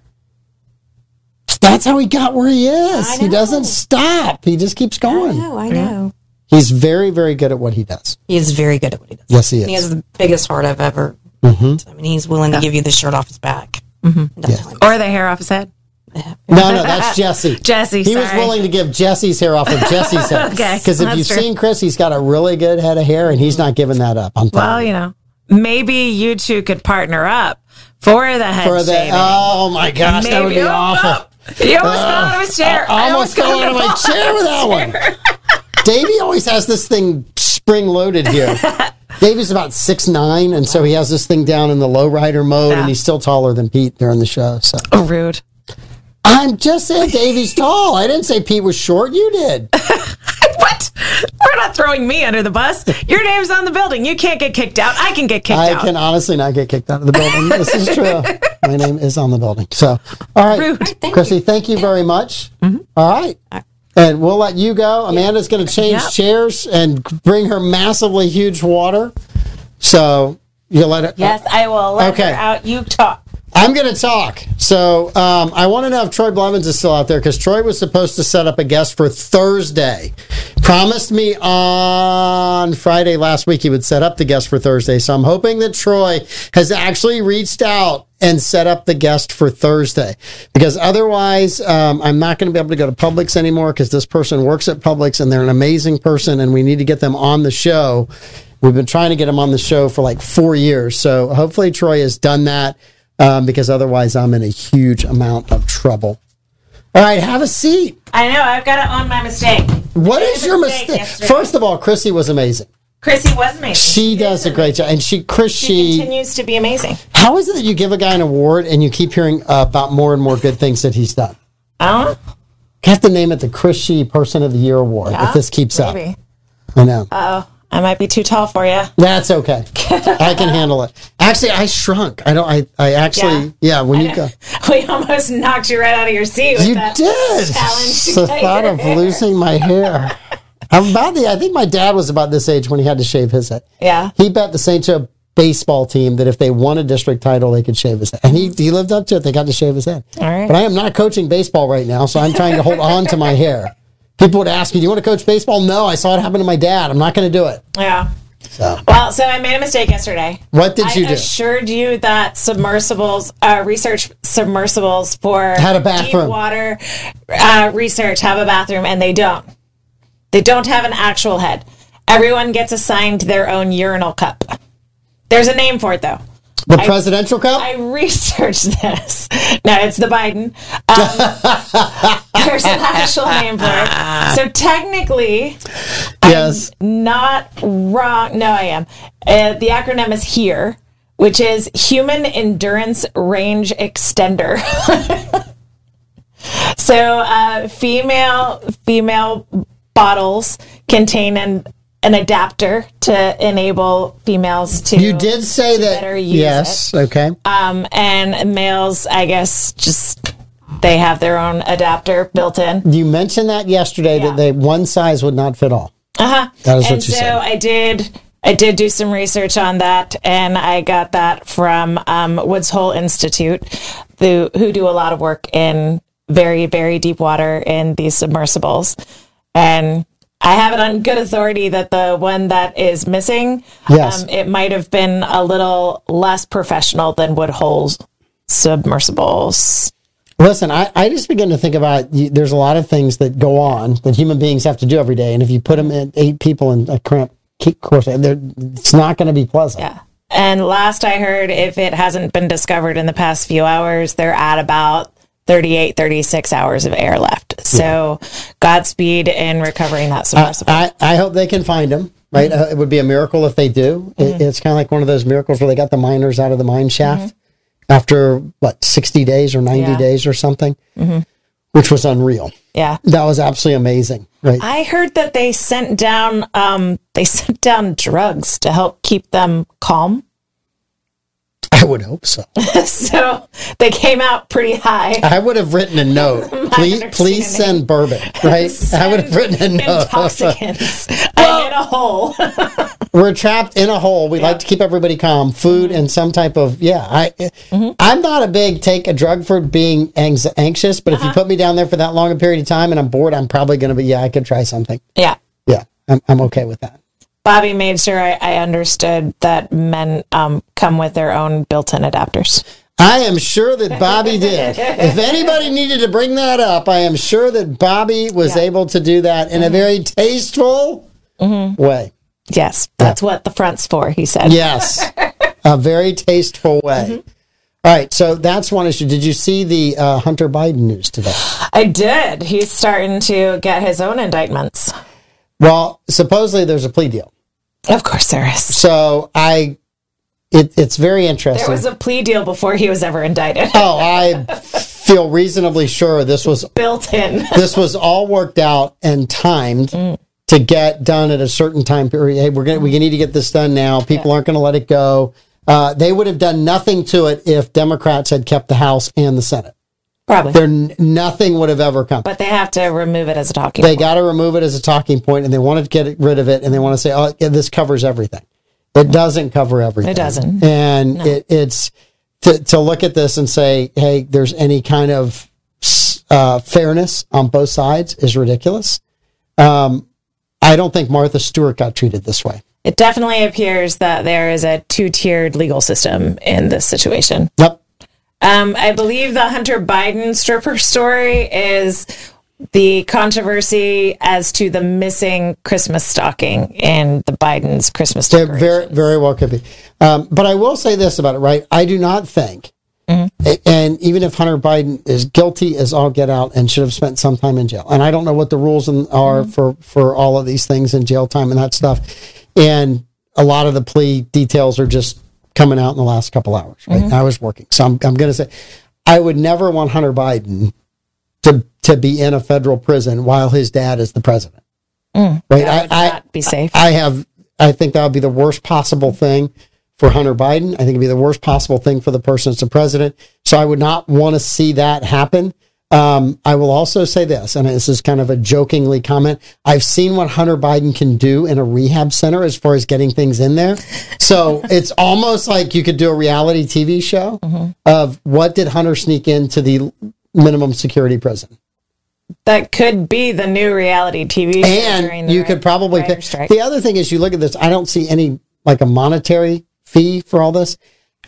[SPEAKER 1] That's how he got where he is.
[SPEAKER 3] I
[SPEAKER 1] He
[SPEAKER 3] know.
[SPEAKER 1] doesn't stop. He just keeps
[SPEAKER 3] I
[SPEAKER 1] going.
[SPEAKER 3] know. I know.
[SPEAKER 1] He's very, very good at what he does.
[SPEAKER 3] He is very good at what he does.
[SPEAKER 1] Yes, he is. Mm-hmm.
[SPEAKER 3] He has the biggest heart I've ever. I mean, he's willing to give you the shirt off his back. Mm-hmm.
[SPEAKER 2] Or the hair off his head.
[SPEAKER 1] No,
[SPEAKER 2] (laughs)
[SPEAKER 1] no, that's Jesse.
[SPEAKER 2] Jesse,
[SPEAKER 1] He was
[SPEAKER 2] sorry.
[SPEAKER 1] willing to give Jesse's hair off of Jesse's head.
[SPEAKER 2] (laughs) Okay,
[SPEAKER 1] Because if
[SPEAKER 2] that's
[SPEAKER 1] you've
[SPEAKER 2] true.
[SPEAKER 1] seen Chris, he's got a really good head of hair, and he's not giving that up. I'm
[SPEAKER 2] Well,
[SPEAKER 1] telling you.
[SPEAKER 2] you know, maybe you two could partner up for the head
[SPEAKER 1] For the
[SPEAKER 2] shaving.
[SPEAKER 1] oh my gosh, that would be
[SPEAKER 2] Oh,
[SPEAKER 1] awful. Ah.
[SPEAKER 2] oh. You almost fell out of his chair.
[SPEAKER 1] I almost fell out of my chair with that
[SPEAKER 2] (laughs)
[SPEAKER 1] one. Davey always has this thing spring loaded
[SPEAKER 2] (laughs)
[SPEAKER 1] here. Davey's about six nine, and so he has this thing down in the low rider mode,
[SPEAKER 2] Yeah.
[SPEAKER 1] and he's still taller than Pete during the show. So
[SPEAKER 2] Oh, rude.
[SPEAKER 1] I'm just saying Davey's tall. I didn't say Pete was short. You did.
[SPEAKER 2] What? We're not throwing me under the bus. Your name's on the building. You can't get kicked out. I can get kicked
[SPEAKER 1] I
[SPEAKER 2] out.
[SPEAKER 1] can honestly not get kicked out of the building. this is true. My name is on the building. So, all right,
[SPEAKER 2] Rude.
[SPEAKER 3] Thank
[SPEAKER 1] Chrissy, thank you very much. All right. And we'll let you go. Amanda's going to change
[SPEAKER 2] Yep.
[SPEAKER 1] chairs and bring her massively huge water. So you'll let it.
[SPEAKER 2] Yes, I will let
[SPEAKER 1] Okay.
[SPEAKER 2] her out. You talk.
[SPEAKER 1] I'm going to talk. So um, I want to know if Troy Blevins is still out there because Troy was supposed to set up a guest for Thursday. Promised me on Friday last week he would set up the guest for Thursday. So I'm hoping that Troy has actually reached out and set up the guest for Thursday because otherwise um, I'm not going to be able to go to Publix anymore because this person works at Publix and they're an amazing person and we need to get them on the show. We've been trying to get him on the show for like four years. So hopefully Troy has done that um, because otherwise I'm in a huge amount of trouble. All right, have a seat.
[SPEAKER 2] I know. I've got to own my mistake.
[SPEAKER 1] What
[SPEAKER 2] Made a
[SPEAKER 1] is your
[SPEAKER 2] mistake
[SPEAKER 1] mistake?
[SPEAKER 2] yesterday.
[SPEAKER 1] First of all, Chrissy was amazing.
[SPEAKER 2] Chrissy was amazing.
[SPEAKER 1] She does a great job. And she, Chris,
[SPEAKER 2] She
[SPEAKER 1] she,
[SPEAKER 2] continues to be amazing.
[SPEAKER 1] how is it that you give a guy an award and you keep hearing uh, about more and more good things that he's done?
[SPEAKER 2] Oh,
[SPEAKER 1] You have to name it the Chris Shee Person of the Year Award if this keeps up.
[SPEAKER 2] maybe. Uh,
[SPEAKER 1] I know.
[SPEAKER 2] I might be too tall for you.
[SPEAKER 1] That's okay. I can handle it. Actually, I shrunk. I don't, I, I actually, yeah, when you go.
[SPEAKER 2] (laughs) We almost knocked you right out of your seat. With
[SPEAKER 1] You
[SPEAKER 2] that.
[SPEAKER 1] did.
[SPEAKER 2] challenge to
[SPEAKER 1] The
[SPEAKER 2] get
[SPEAKER 1] thought
[SPEAKER 2] your
[SPEAKER 1] of
[SPEAKER 2] hair.
[SPEAKER 1] losing my hair. I'm about the. I think my dad was about this age when he had to shave his head.
[SPEAKER 2] Yeah.
[SPEAKER 1] He bet the St. Joe baseball team that if they won a district title, they could shave his head, and he he lived up to it. They got to shave his head.
[SPEAKER 2] All right.
[SPEAKER 1] But I am not coaching baseball right now, so I'm trying to hold on to my hair. People would ask me, "Do you want to coach baseball?" No, I saw it happen to my dad. I'm not going to do it.
[SPEAKER 2] (laughs) Yeah.
[SPEAKER 1] So,
[SPEAKER 2] Well, so I made a mistake yesterday.
[SPEAKER 1] what did
[SPEAKER 2] I
[SPEAKER 1] you do?
[SPEAKER 2] assured you that submersibles, uh, research submersibles for
[SPEAKER 1] Had a bathroom.
[SPEAKER 2] deep water uh, research have a bathroom, and they don't. They don't have an actual head. Everyone gets assigned their own urinal cup. There's a name for it, though.
[SPEAKER 1] The presidential cup?
[SPEAKER 2] I researched (laughs) this. No, it's the Biden.
[SPEAKER 1] (laughs)
[SPEAKER 2] Um, there's an actual name for it. So technically,
[SPEAKER 1] yes.
[SPEAKER 2] not wrong. No, I am. Uh, the acronym is HERE, which is Human Endurance Range Extender. (laughs) so uh, female female bottles contain an an adapter to enable females to
[SPEAKER 1] You did say
[SPEAKER 2] better
[SPEAKER 1] that.
[SPEAKER 2] use
[SPEAKER 1] Yes. Okay.
[SPEAKER 2] um, and males I guess just they have their own adapter built in.
[SPEAKER 1] you mentioned that yesterday that they one size would not fit all.
[SPEAKER 2] Uh-huh.
[SPEAKER 1] That is
[SPEAKER 2] and
[SPEAKER 1] what you
[SPEAKER 2] so
[SPEAKER 1] said.
[SPEAKER 2] I did I did do some research on that and I got that from um, Woods Hole Institute, the, who do a lot of work in very, very deep water in these submersibles. And I have it on good authority that the one that is missing, um,
[SPEAKER 1] Yes.
[SPEAKER 2] it might have been a little less professional than Wood Hole's submersibles.
[SPEAKER 1] Listen, I, I just begin to think about you, there's a lot of things that go on that human beings have to do every day. And if you put them in eight people in a cramped ki- course, they're- it's not going to be pleasant.
[SPEAKER 2] Yeah. And last I heard, if it hasn't been discovered in the past few hours, they're at about 38, 36 hours of air left. So Godspeed in recovering that submersible.
[SPEAKER 1] I, I hope they can find them. Right,
[SPEAKER 2] Mm-hmm.
[SPEAKER 1] uh, it would be a miracle if they do. It- it's kind of like one of those miracles where they got the miners out of the mine shaft after what sixty days or ninety
[SPEAKER 2] Mm-hmm. Yeah. Mm-hmm.
[SPEAKER 1] days or something, which was unreal.
[SPEAKER 2] yeah.
[SPEAKER 1] That was absolutely amazing. Right,
[SPEAKER 2] I heard that they sent down um, they sent down drugs to help keep them calm. (laughs)
[SPEAKER 1] I would hope so.
[SPEAKER 2] so they came out pretty high.
[SPEAKER 1] I would have written a note. please, please
[SPEAKER 2] understanding.
[SPEAKER 1] send bourbon. Right, I would have written a note.
[SPEAKER 2] Intoxicants. I'm in a hole.
[SPEAKER 1] (laughs)
[SPEAKER 2] (laughs)
[SPEAKER 1] we're trapped in a hole. We like to keep everybody calm. Food and some type of yeah. I I'm not a big take a drug for being anx- anxious, but if you put me down there for that long a period of time and I'm bored, I'm probably going to be yeah. I could try something.
[SPEAKER 2] yeah.
[SPEAKER 1] Yeah, I'm I'm okay with that.
[SPEAKER 2] Bobby made sure I, I understood that men um, come with their own built-in adapters.
[SPEAKER 1] I am sure that Bobby did. If anybody needed to bring that up, I am sure that Bobby was able to do that in a very tasteful way.
[SPEAKER 2] Yes, that's what the front's for. He said.
[SPEAKER 1] Yes, a very tasteful way.
[SPEAKER 2] Mm-hmm.
[SPEAKER 1] All right, so that's one issue. Did you see the uh, Hunter Biden news today?
[SPEAKER 2] I did. He's starting to get his own indictments.
[SPEAKER 1] Well, supposedly there's a plea deal.
[SPEAKER 2] Of course, there is.
[SPEAKER 1] So I, it, it's very
[SPEAKER 2] There
[SPEAKER 1] interesting.
[SPEAKER 2] was a plea deal before he was ever indicted. (laughs)
[SPEAKER 1] oh, I feel reasonably sure this was
[SPEAKER 2] Built in.
[SPEAKER 1] this was all worked out and timed
[SPEAKER 2] Mm.
[SPEAKER 1] to get done at a certain time period. Hey, we're gonna we need to get this done now. People aren't going to let it go. Uh, they would have done nothing to it if Democrats had kept the House and the Senate.
[SPEAKER 2] Probably.
[SPEAKER 1] There, n- nothing would have ever come.
[SPEAKER 2] but they have to remove it as a talking
[SPEAKER 1] they
[SPEAKER 2] point.
[SPEAKER 1] got to remove it as a talking point and they want to get rid of it and they want to say oh yeah, this covers everything it doesn't cover everything it
[SPEAKER 2] doesn't.
[SPEAKER 1] and it, it's to, to look at this and say hey there's any kind of uh, fairness on both sides is ridiculous um, i don't think martha stewart got treated this way
[SPEAKER 2] It definitely appears that there is a two-tiered legal system in this situation.
[SPEAKER 1] yep
[SPEAKER 2] Um, I believe the Hunter Biden stripper story is the controversy as to the missing Christmas stocking in the Biden's Christmas
[SPEAKER 1] There
[SPEAKER 2] decoration.
[SPEAKER 1] very, very well could be. Um, but I will say this about it, right? I do not think,
[SPEAKER 2] Mm-hmm.
[SPEAKER 1] a- and even if Hunter Biden is guilty as all get out and should have spent some time in jail, and I don't know what the rules in, are
[SPEAKER 2] Mm-hmm.
[SPEAKER 1] for, for all of these things in jail time and that stuff. And a lot of the plea details are just coming out in the last couple hours, right?
[SPEAKER 2] Mm-hmm.
[SPEAKER 1] I was working. So I'm, I'm going to say, I would never want Hunter Biden to, to be in a federal prison while his dad is the president. right? I-
[SPEAKER 2] Mm. would
[SPEAKER 1] I,
[SPEAKER 2] not be safe.
[SPEAKER 1] I have. I think that would be the worst possible thing for Hunter Biden. I think it'd be the worst possible thing for the person that's the president. So I would not want to see that happen. Um, I will also say this, and this is kind of a jokingly comment. I've seen what Hunter Biden can do in a rehab center as far as getting things in there. So it's almost like you could do a reality TV show of what did Hunter sneak into the minimum security prison.
[SPEAKER 2] That could be the new reality TV show. during
[SPEAKER 1] and
[SPEAKER 2] the
[SPEAKER 1] you
[SPEAKER 2] ri-
[SPEAKER 1] could probably
[SPEAKER 2] writer
[SPEAKER 1] pick.
[SPEAKER 2] strike.
[SPEAKER 1] The other thing is, you look at this. I don't see any like a monetary fee for all this.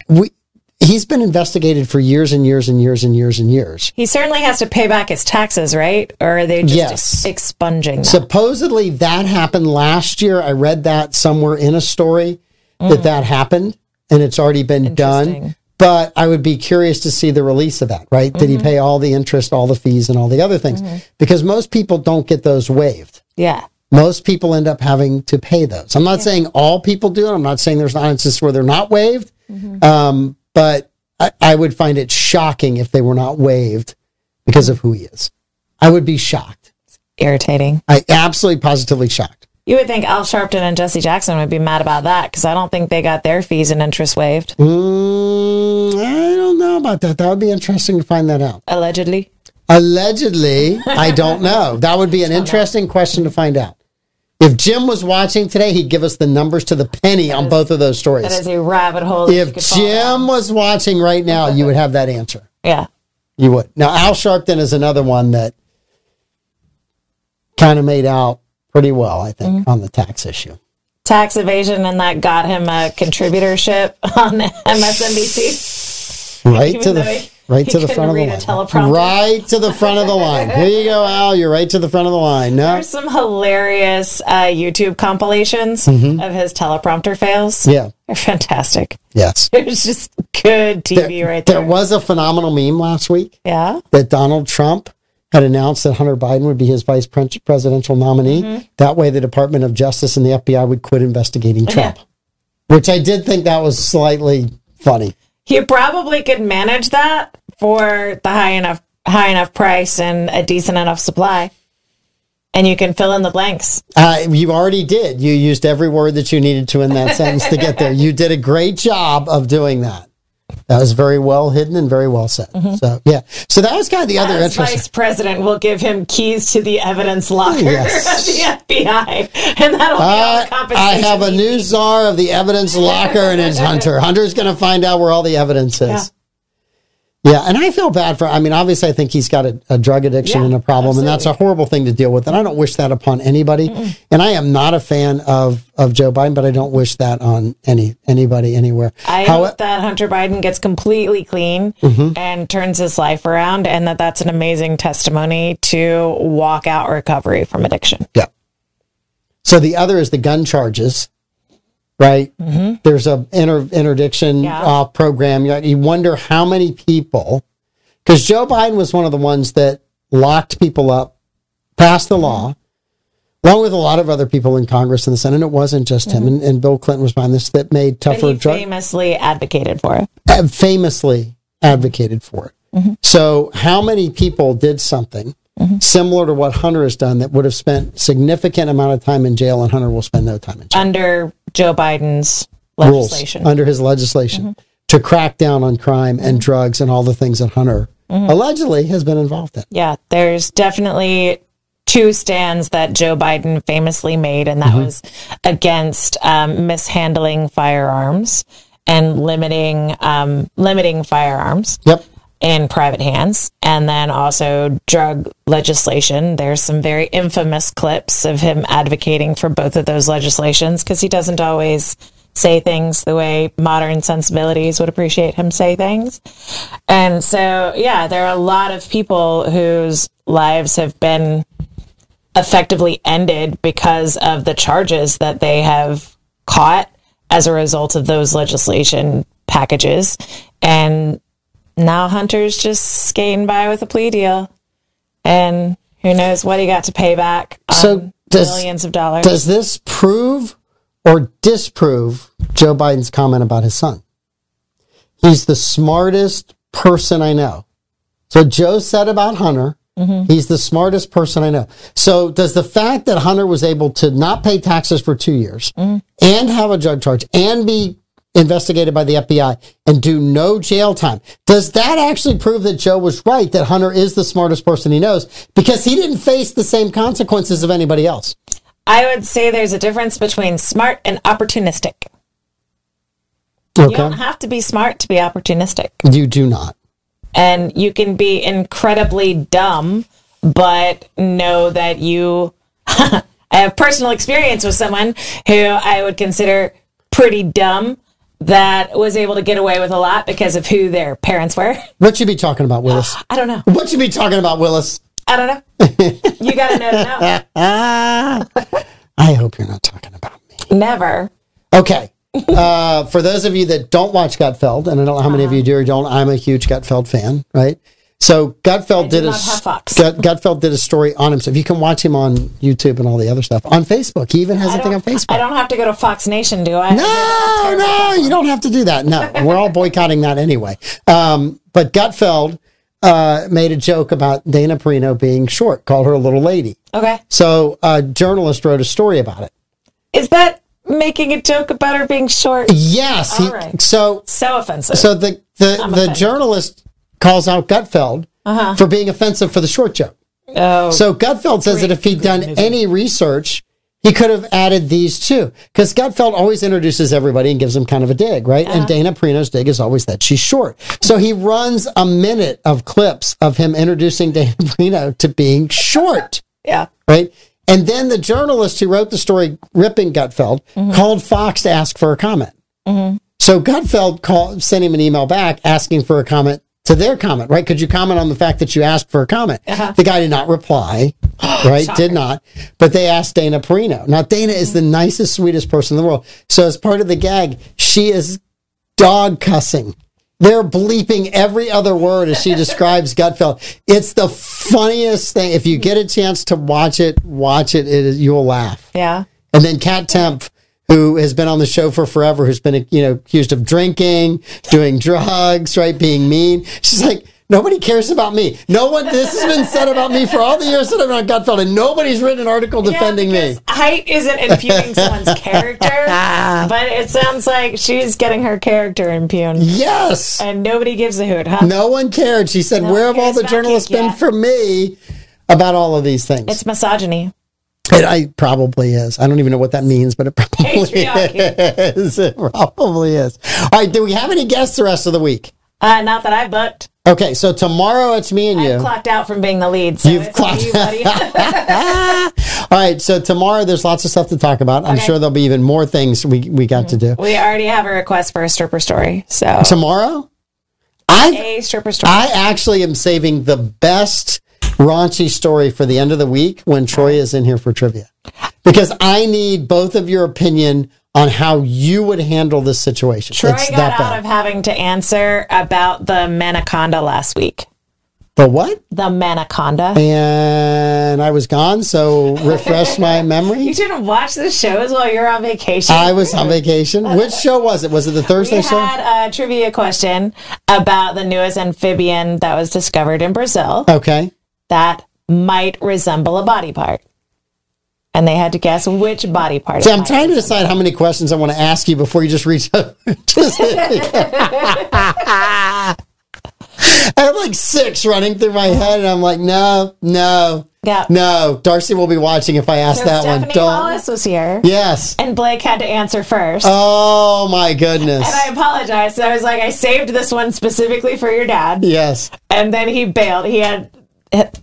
[SPEAKER 1] We he's been investigated for years and years and years and years and years.
[SPEAKER 2] He certainly has to pay back his taxes, right? Or are they just
[SPEAKER 1] Yes.
[SPEAKER 2] expunging? them?
[SPEAKER 1] Supposedly that happened last year. I read that somewhere in a story that that happened and it's already been done.
[SPEAKER 2] Mm. Interesting.
[SPEAKER 1] But I would be curious to see the release of that, right?
[SPEAKER 2] Mm-hmm.
[SPEAKER 1] Did he pay all the interest, all the fees, and all the other things? Because most people don't get those waived.
[SPEAKER 2] yeah.
[SPEAKER 1] Most people end up having to pay those. I'm not saying all people do it. I'm not saying there's not instances where they're not waived.
[SPEAKER 2] Mm-hmm.
[SPEAKER 1] Um, but I, I would find it shocking if they were not waived because of who he is. I would be shocked.
[SPEAKER 2] Irritating.
[SPEAKER 1] I absolutely positively shocked.
[SPEAKER 2] You would think Al Sharpton and Jesse Jackson would be mad about that because I don't think they got their fees and interest waived,
[SPEAKER 1] Mm, I don't know about that. That would be interesting to find that out.
[SPEAKER 2] allegedly. (laughs)
[SPEAKER 1] Allegedly, I don't know. That would be an interesting question to find out. If Jim was watching today, he'd give us the numbers to the penny on both of those
[SPEAKER 2] That
[SPEAKER 1] stories.
[SPEAKER 2] is a rabbit hole. that you
[SPEAKER 1] If
[SPEAKER 2] could fall down.
[SPEAKER 1] Jim was watching right now, you would have that answer.
[SPEAKER 2] Yeah.
[SPEAKER 1] You would. Now, Al Sharpton is another one that kind of made out pretty well, I think,
[SPEAKER 2] Mm-hmm.
[SPEAKER 1] on the tax issue.
[SPEAKER 2] Tax evasion, and that got him a contributorship (laughs) on MSNBC.
[SPEAKER 1] Right to
[SPEAKER 2] Even
[SPEAKER 1] the
[SPEAKER 2] though he-
[SPEAKER 1] right
[SPEAKER 2] he
[SPEAKER 1] to the
[SPEAKER 2] couldn't
[SPEAKER 1] front of the
[SPEAKER 2] read a
[SPEAKER 1] line.
[SPEAKER 2] teleprompter.
[SPEAKER 1] Right to the front of the line. Here you go, Al. You're right to the front of the line. No.
[SPEAKER 2] There's some hilarious uh, YouTube compilations of his teleprompter fails.
[SPEAKER 1] Mm-hmm. Yeah.
[SPEAKER 2] They're fantastic.
[SPEAKER 1] Yes.
[SPEAKER 2] (laughs) It was just good TV right there.
[SPEAKER 1] There was a phenomenal meme last week
[SPEAKER 2] yeah.
[SPEAKER 1] that Donald Trump had announced that Hunter Biden would be his vice pres- presidential nominee. That way, the Department of Justice and the FBI would quit investigating Trump, which I did think that was slightly funny.
[SPEAKER 2] He probably could manage that for the high enough high enough price and a decent enough supply. And you can fill in the blanks.
[SPEAKER 1] Uh, you already did. You used every word that you needed to in that sentence to get there. You did a great job of doing that. That was very well hidden and very well said. So yeah. So that was kind of the other
[SPEAKER 2] As
[SPEAKER 1] interesting.
[SPEAKER 2] vice president will give him keys to the evidence locker (laughs)
[SPEAKER 1] Yes.
[SPEAKER 2] of the FBI. And that'll be all the
[SPEAKER 1] I,
[SPEAKER 2] compensation.
[SPEAKER 1] I have a
[SPEAKER 2] he
[SPEAKER 1] new
[SPEAKER 2] needs.
[SPEAKER 1] czar of the evidence locker, and it's Hunter. Hunter's going to find out where all the evidence is.
[SPEAKER 2] Yeah.
[SPEAKER 1] Yeah, and I feel bad for. I mean, obviously, I think he's got a, a drug addiction
[SPEAKER 2] Yeah,
[SPEAKER 1] and a problem, and that's a horrible thing to deal with. And I don't wish that upon anybody. And I am not a fan of of Joe Biden, but I don't wish that on any anybody anywhere.
[SPEAKER 2] I
[SPEAKER 1] How- Mm-hmm.
[SPEAKER 2] hope that Hunter Biden gets completely clean and turns his life around, and that that's an amazing testimony to walk out recovery from addiction.
[SPEAKER 1] yeah. So the other is the gun charges, right? There's a inter, interdiction
[SPEAKER 2] Mm-hmm. Yeah.
[SPEAKER 1] uh, program. You- You wonder how many people, because Joe Biden was one of the ones that locked people up, passed the law. along with a lot of other people in Congress and the Senate. It wasn't just him, and, and Bill Clinton was behind this that made
[SPEAKER 2] And
[SPEAKER 1] tougher
[SPEAKER 2] Mm-hmm. he
[SPEAKER 1] drug
[SPEAKER 2] famously advocated for it.
[SPEAKER 1] uh, famously advocated for it. So, how many people did something similar to what Hunter has done that would have spent significant amount of time in jail, and Hunter will spend no time in jail?
[SPEAKER 2] under Joe Biden's
[SPEAKER 1] Rules
[SPEAKER 2] legislation.
[SPEAKER 1] under his legislation to crack down on crime and drugs and all the things that Hunter allegedly has been involved in.
[SPEAKER 2] yeah, there's definitely two stands that Joe Biden famously made, and that
[SPEAKER 1] Uh-huh.
[SPEAKER 2] was against um, mishandling firearms and limiting um, limiting firearms
[SPEAKER 1] Yep.
[SPEAKER 2] in private hands, and then also drug legislation. There's some very infamous clips of him advocating for both of those legislations because he doesn't always say things the way modern sensibilities would appreciate him say things. And so, yeah, there are a lot of people whose lives have been effectively ended because of the charges that they have caught as a result of those legislation packages. And now Hunter's just skating by with a plea deal. And who knows what he got to pay back on
[SPEAKER 1] So does-
[SPEAKER 2] millions of dollars.
[SPEAKER 1] Does this prove or disprove Joe Biden's comment about his son? He's the smartest person I know. So Joe said about Hunter, he's the smartest person I know. So does the fact that Hunter was able to not pay taxes for two years and have a drug charge and be investigated by the FBI and do no jail time, does that actually prove that Joe was right that Hunter is the smartest person he knows because he didn't face the same consequences of anybody else?
[SPEAKER 2] I would say there's a difference between smart and opportunistic.
[SPEAKER 1] Okay.
[SPEAKER 2] You don't have to be smart to be opportunistic.
[SPEAKER 1] You do not.
[SPEAKER 2] and you can be incredibly dumb, but know that you. (laughs) I have personal experience with someone who I would consider pretty dumb, that was able to get away with a lot because of who their parents were. (laughs)
[SPEAKER 1] What you be talking about, Willis?
[SPEAKER 2] (gasps) I don't know.
[SPEAKER 1] What you be talking about, Willis? (laughs)
[SPEAKER 2] I don't know. You got to know to know.
[SPEAKER 1] I hope you're not talking about me.
[SPEAKER 2] Never. (laughs)
[SPEAKER 1] Okay. Uh, for those of you that don't watch Gutfeld, and I don't know how many of you do or don't, I'm a huge Gutfeld fan, right? So Gutfeld did a
[SPEAKER 2] not have Fox.
[SPEAKER 1] Gut, Gutfeld did a story on himself. You can watch him on YouTube and all the other stuff on Facebook. He even has a
[SPEAKER 2] I
[SPEAKER 1] thing on
[SPEAKER 2] don't,
[SPEAKER 1] Facebook.
[SPEAKER 2] I don't have to go to Fox Nation, do I?
[SPEAKER 1] No, no, you don't have to do that. No, we're all boycotting that anyway. Um, but Gutfeld uh, made a joke about Dana Perino being short, called her a little lady.
[SPEAKER 2] Okay.
[SPEAKER 1] So a journalist wrote a story about it.
[SPEAKER 2] Is that making a joke about her
[SPEAKER 1] (laughs)
[SPEAKER 2] being short?
[SPEAKER 1] Yes. he-
[SPEAKER 2] All right.
[SPEAKER 1] So
[SPEAKER 2] So offensive.
[SPEAKER 1] so the the, the journalist calls out Gutfeld
[SPEAKER 2] Uh-huh.
[SPEAKER 1] for being offensive for the short joke.
[SPEAKER 2] oh,
[SPEAKER 1] So Gutfeld says that if he'd done any research, he could have added these two because Gutfeld always introduces everybody and gives them kind of a dig, right?
[SPEAKER 2] Uh-huh.
[SPEAKER 1] And Dana Perino's dig is always that she's short. So he runs a minute of clips of him introducing (laughs) Dana Perino to being short,
[SPEAKER 2] yeah.
[SPEAKER 1] right? And then the journalist who wrote the story, ripping Gutfeld, called Fox to ask for a comment. So Gutfeld called, sent him an email back asking for a comment to their comment, right? Could you comment on the fact that you asked for a comment? The guy did not reply, right? Did not. But they asked Dana Perino. Now, Dana is the nicest, sweetest person in the world. So as part of the gag, she is dog cussing. They're bleeping every other word
[SPEAKER 2] (laughs)
[SPEAKER 1] as she describes Gutfeld. It's the funniest thing. If you get a chance to watch it, watch it. it is, you'll laugh.
[SPEAKER 2] Yeah.
[SPEAKER 1] And then Kat Temp, who has been on the show for forever, who's been you know accused of drinking, doing drugs, right, being mean. She's like, nobody cares about me. No one. This has been said about me for all the years that I've been on Gutfeld, and nobody's written an article defending
[SPEAKER 2] yeah,
[SPEAKER 1] me.
[SPEAKER 2] because Height isn't
[SPEAKER 1] (laughs)
[SPEAKER 2] imputing someone's character,
[SPEAKER 1] Ah.
[SPEAKER 2] but it sounds like she's getting her character impugned,
[SPEAKER 1] Yes.
[SPEAKER 2] and nobody gives a hoot, huh?
[SPEAKER 1] No one cared. She said, where have all
[SPEAKER 2] cares
[SPEAKER 1] the
[SPEAKER 2] about
[SPEAKER 1] journalists
[SPEAKER 2] Kit
[SPEAKER 1] been
[SPEAKER 2] Kat.
[SPEAKER 1] for me? About all of these things,
[SPEAKER 2] It's misogyny.
[SPEAKER 1] it I, probably is. I don't even know what that means, but it probably
[SPEAKER 2] Patriarchy.
[SPEAKER 1] (laughs) is. It probably is. All right. Do we have any guests the rest of the week?
[SPEAKER 2] Uh, not that I booked.
[SPEAKER 1] Okay, so tomorrow it's me and you.
[SPEAKER 2] I've clocked out from being the lead. So
[SPEAKER 1] You've
[SPEAKER 2] it's on
[SPEAKER 1] clocked- (laughs)
[SPEAKER 2] you, buddy.
[SPEAKER 1] All right, so tomorrow there's lots of stuff to talk about. I'm sure there'll be even more things we, we got to do.
[SPEAKER 2] we already have a request for a stripper story. So
[SPEAKER 1] Tomorrow, I
[SPEAKER 2] a stripper story.
[SPEAKER 1] I actually am saving the best raunchy story for the end of the week when Troy is in here for trivia. Because I need both of your opinion on how you would handle this situation.
[SPEAKER 2] Troy
[SPEAKER 1] it's
[SPEAKER 2] got
[SPEAKER 1] that
[SPEAKER 2] out
[SPEAKER 1] bad.
[SPEAKER 2] of having to answer about the manaconda last week.
[SPEAKER 1] the what?
[SPEAKER 2] The manaconda.
[SPEAKER 1] And I was gone, so refresh
[SPEAKER 2] (laughs)
[SPEAKER 1] my memory.
[SPEAKER 2] You didn't watch the shows while you're on vacation.
[SPEAKER 1] I was on vacation. Which show was it? Was it the
[SPEAKER 2] we
[SPEAKER 1] Thursday show?
[SPEAKER 2] had a trivia question about the newest amphibian that was discovered in Brazil
[SPEAKER 1] Okay.
[SPEAKER 2] that might resemble a body part. And they had to guess which body part.
[SPEAKER 1] See,
[SPEAKER 2] it
[SPEAKER 1] I'm
[SPEAKER 2] might
[SPEAKER 1] trying to decide how many questions I want to ask you before you just reach out. (laughs) Just- I have like six running through my head, and I'm like, no, no,
[SPEAKER 2] Yeah.
[SPEAKER 1] no. Darcy will be watching if I ask
[SPEAKER 2] So
[SPEAKER 1] that
[SPEAKER 2] Stephanie
[SPEAKER 1] one. Don't.
[SPEAKER 2] Wallace was here,
[SPEAKER 1] Yes.
[SPEAKER 2] and Blake had to answer first.
[SPEAKER 1] Oh my goodness.
[SPEAKER 2] and I apologized. I was like, I saved this one specifically for your dad,
[SPEAKER 1] yes.
[SPEAKER 2] and then he bailed. He had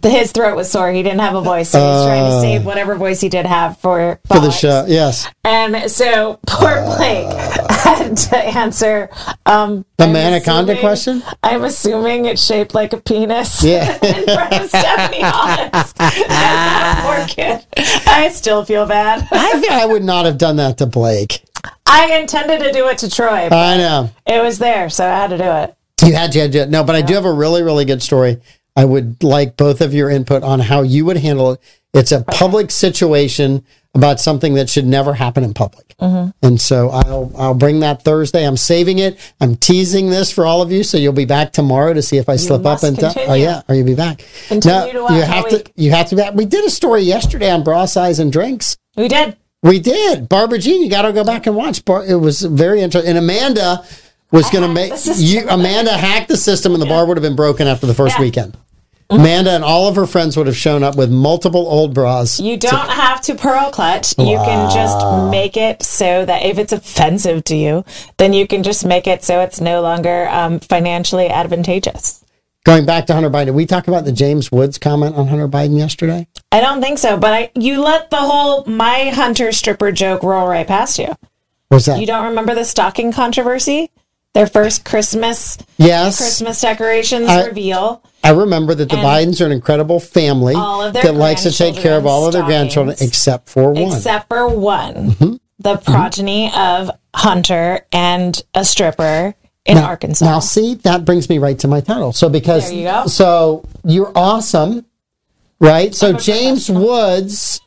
[SPEAKER 2] his throat was sore. He didn't have a voice, so he was trying to save whatever voice he did have for
[SPEAKER 1] Uh. For the show. Yes.
[SPEAKER 2] And so poor Blake had to answer um,
[SPEAKER 1] The
[SPEAKER 2] I'm
[SPEAKER 1] Manaconda
[SPEAKER 2] assuming-
[SPEAKER 1] question?
[SPEAKER 2] I'm assuming it's shaped like a penis.
[SPEAKER 1] Yeah. (laughs)
[SPEAKER 2] In front of Stephanie Hollis. (laughs) And that poor kid. I still feel bad.
[SPEAKER 1] I think I would not have done that to Blake.
[SPEAKER 2] I intended to do it to Troy. But
[SPEAKER 1] I know.
[SPEAKER 2] it was there, so I had to do it.
[SPEAKER 1] You had to, had to. No, but I do have a really, really good story. I would like both of your input on how you would handle it. It's a public situation about something that should never happen in public.
[SPEAKER 2] Mm-hmm.
[SPEAKER 1] And so I'll, I'll bring that Thursday. I'm saving it. I'm teasing this for all of you. So you'll be back tomorrow to see if I slip up
[SPEAKER 2] must
[SPEAKER 1] and,
[SPEAKER 2] continue.
[SPEAKER 1] oh yeah, or you'll be back.
[SPEAKER 2] Continue to watch
[SPEAKER 1] you
[SPEAKER 2] all
[SPEAKER 1] have to,
[SPEAKER 2] week.
[SPEAKER 1] you have to be back. We did a story yesterday on bra size and drinks.
[SPEAKER 2] We did.
[SPEAKER 1] We did. Barbara Jean, you got to go back and watch. Bar- it was very interesting. And Amanda was going to make you. Amanda hacked the system, and the bar would have been broken after the first weekend.
[SPEAKER 2] Mm-hmm.
[SPEAKER 1] Amanda and all of her friends would have shown up with multiple old bras.
[SPEAKER 2] You don't have to pearl clutch. You can just make it so that if it's offensive to you, then you can just make it so it's no longer um, financially advantageous.
[SPEAKER 1] Going back to Hunter Biden, did we talk about the James Woods comment on Hunter Biden yesterday?
[SPEAKER 2] I don't think so, but I you let the whole my hunter stripper joke roll right past you.
[SPEAKER 1] What's that?
[SPEAKER 2] You don't remember the stocking controversy? Their first Christmas
[SPEAKER 1] yes.
[SPEAKER 2] Christmas decorations
[SPEAKER 1] I-
[SPEAKER 2] reveal.
[SPEAKER 1] I remember that the
[SPEAKER 2] And
[SPEAKER 1] Bidens are an incredible family
[SPEAKER 2] all of their
[SPEAKER 1] that likes to take care of all of their
[SPEAKER 2] grandchildren's
[SPEAKER 1] grandchildren
[SPEAKER 2] stockings.
[SPEAKER 1] except for one. Mm-hmm.
[SPEAKER 2] except for one the progeny of hunter and a stripper in arkansas
[SPEAKER 1] Now, see, that brings me right to my title. So, because,
[SPEAKER 2] There you go.
[SPEAKER 1] so you're awesome, right? So, James Woods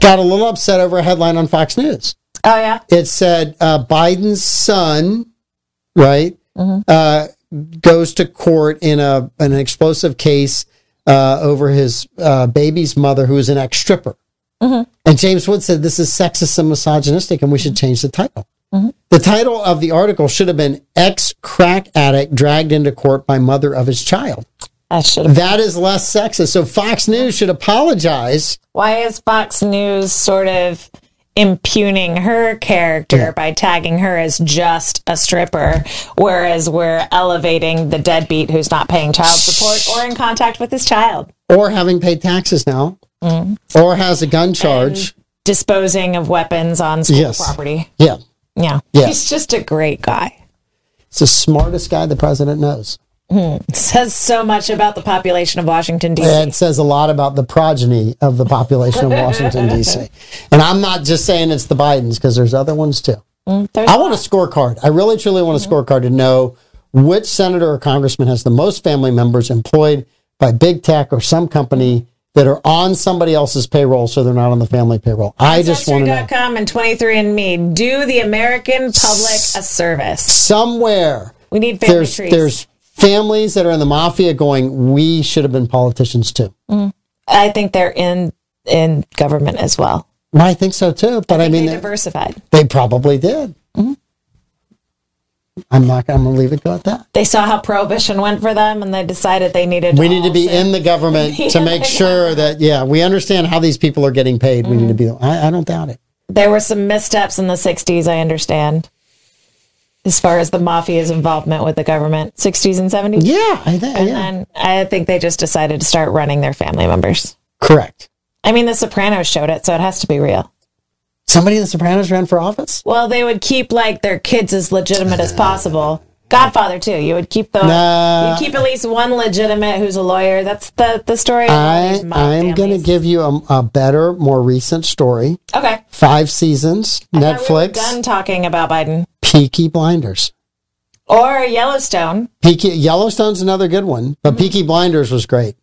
[SPEAKER 1] got a little upset over a headline on Fox News.
[SPEAKER 2] oh yeah
[SPEAKER 1] It said uh, Biden's son, right, uh, goes to court in a an explosive case uh, over his uh, baby's mother, who is an ex stripper. And James Wood said this is sexist and misogynistic, and we should change the title. The title of the article should have been "Ex Crack Addict Dragged into Court by Mother of His Child."
[SPEAKER 2] that should have
[SPEAKER 1] That is less sexist. So Fox News should apologize.
[SPEAKER 2] why is fox news sort of impugning her character by tagging her as just a stripper whereas we're elevating the deadbeat who's not paying child support or in contact with his child
[SPEAKER 1] Or having paid taxes now, or has a gun charge.
[SPEAKER 2] disposing of weapons on school
[SPEAKER 1] Yes.
[SPEAKER 2] property
[SPEAKER 1] yeah.
[SPEAKER 2] yeah
[SPEAKER 1] Yes.
[SPEAKER 2] he's just a great guy
[SPEAKER 1] It's the smartest guy the president knows.
[SPEAKER 2] says so much about the population of washington d.c
[SPEAKER 1] It says a lot about the progeny of the population of Washington,
[SPEAKER 2] (laughs)
[SPEAKER 1] D.C. And I'm not just saying it's the Bidens because there's other ones too.
[SPEAKER 2] Mm, there's Mm-hmm.
[SPEAKER 1] I want a scorecard. I really, truly want a scorecard to know which senator or congressman has the most family members employed by big tech or some company that are on somebody else's payroll so they're not on the family payroll. I just want to know.
[SPEAKER 2] Ancestry.com and 23andMe do the American public a service.
[SPEAKER 1] Somewhere
[SPEAKER 2] We need family
[SPEAKER 1] there's,
[SPEAKER 2] trees.
[SPEAKER 1] there's families that are in the mafia going, we should have been politicians too.
[SPEAKER 2] I think they're in in government as well.
[SPEAKER 1] Well, I think so too, but I, mean, uh,
[SPEAKER 2] they Mm-hmm.
[SPEAKER 1] that-
[SPEAKER 2] diversified.
[SPEAKER 1] They probably did. I'm not. I'm going to leave it go at that.
[SPEAKER 2] They saw how prohibition went for them, and they decided they needed.
[SPEAKER 1] We need to
[SPEAKER 2] all
[SPEAKER 1] be
[SPEAKER 2] same-
[SPEAKER 1] in the
[SPEAKER 2] (laughs)
[SPEAKER 1] government to make sure that yeah, we understand how these people are getting paid. We need to be.
[SPEAKER 2] Mm-hmm.
[SPEAKER 1] I, I don't doubt it.
[SPEAKER 2] There were some missteps in the '60s. I understand, as far as the mafia's involvement with the government, '60s and '70s.
[SPEAKER 1] Yeah, I think. Yeah,
[SPEAKER 2] And I think they just decided to start running their family members.
[SPEAKER 1] correct.
[SPEAKER 2] I mean, The Sopranos showed it, so it has to be real.
[SPEAKER 1] Somebody in The Sopranos ran for office.
[SPEAKER 2] Well, they would keep like their kids as legitimate as possible. Godfather too. You would keep the
[SPEAKER 1] Nah.
[SPEAKER 2] Uh, you keep at least one legitimate who's a lawyer. That's the the story. Of all
[SPEAKER 1] I
[SPEAKER 2] these mob
[SPEAKER 1] I'm going to
[SPEAKER 2] families.
[SPEAKER 1] give you a, a better, more recent story.
[SPEAKER 2] okay.
[SPEAKER 1] Five seasons, Netflix,
[SPEAKER 2] done talking about Biden
[SPEAKER 1] Peaky Blinders.
[SPEAKER 2] or Yellowstone.
[SPEAKER 1] Peaky Yellowstone's another good one,
[SPEAKER 2] Mm-hmm.
[SPEAKER 1] but Peaky Blinders was great.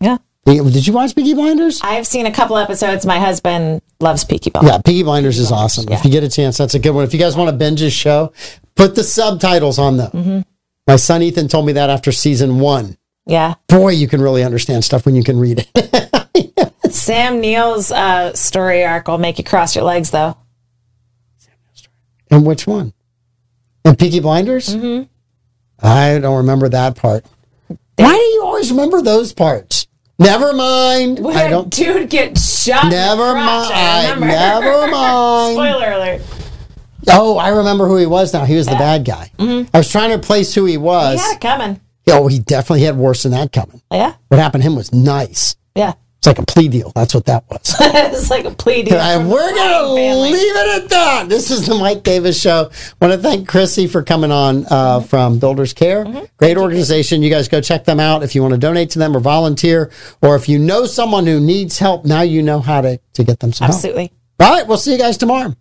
[SPEAKER 2] Yeah,
[SPEAKER 1] Pe- Did you watch Peaky Blinders?
[SPEAKER 2] I've seen a couple episodes. My husband loves Peaky Blinders.
[SPEAKER 1] Yeah, Peaky Blinders is awesome. If you get a chance, that's a good one. If you guys want to binge his show, put the subtitles on them. My son Ethan told me that after season one.
[SPEAKER 2] Yeah,
[SPEAKER 1] Boy, you can really understand stuff when you can read it. (laughs)
[SPEAKER 2] Sam Neill's uh, story arc will make you cross your legs though.
[SPEAKER 1] and which one? And Peaky Blinders? Mm-hmm. I don't remember that part. Why do you always remember those parts? Never mind. I
[SPEAKER 2] (laughs)
[SPEAKER 1] don't.
[SPEAKER 2] dude get shot. in the
[SPEAKER 1] Never
[SPEAKER 2] crotch, I
[SPEAKER 1] mind.
[SPEAKER 2] remember.
[SPEAKER 1] Never mind.
[SPEAKER 2] Spoiler alert.
[SPEAKER 1] Oh, I remember who he was now. He was the bad guy. I was trying to place who he was.
[SPEAKER 2] Yeah, coming.
[SPEAKER 1] Oh, he definitely had worse than that coming.
[SPEAKER 2] Yeah,
[SPEAKER 1] What happened to him was nice.
[SPEAKER 2] yeah. (laughs)
[SPEAKER 1] It's like a plea deal. That's what that was.
[SPEAKER 2] it's like a plea deal.
[SPEAKER 1] and we're gonna leave it at that. This is the Mike Davis Show. Want to thank Chrissy for coming on uh, from Builders Care. Great organization. You guys go check them out if you want to donate to them or volunteer, or if you know someone who needs help. Now you know how to to get them some help.
[SPEAKER 2] Absolutely.
[SPEAKER 1] All right, we'll see you guys tomorrow.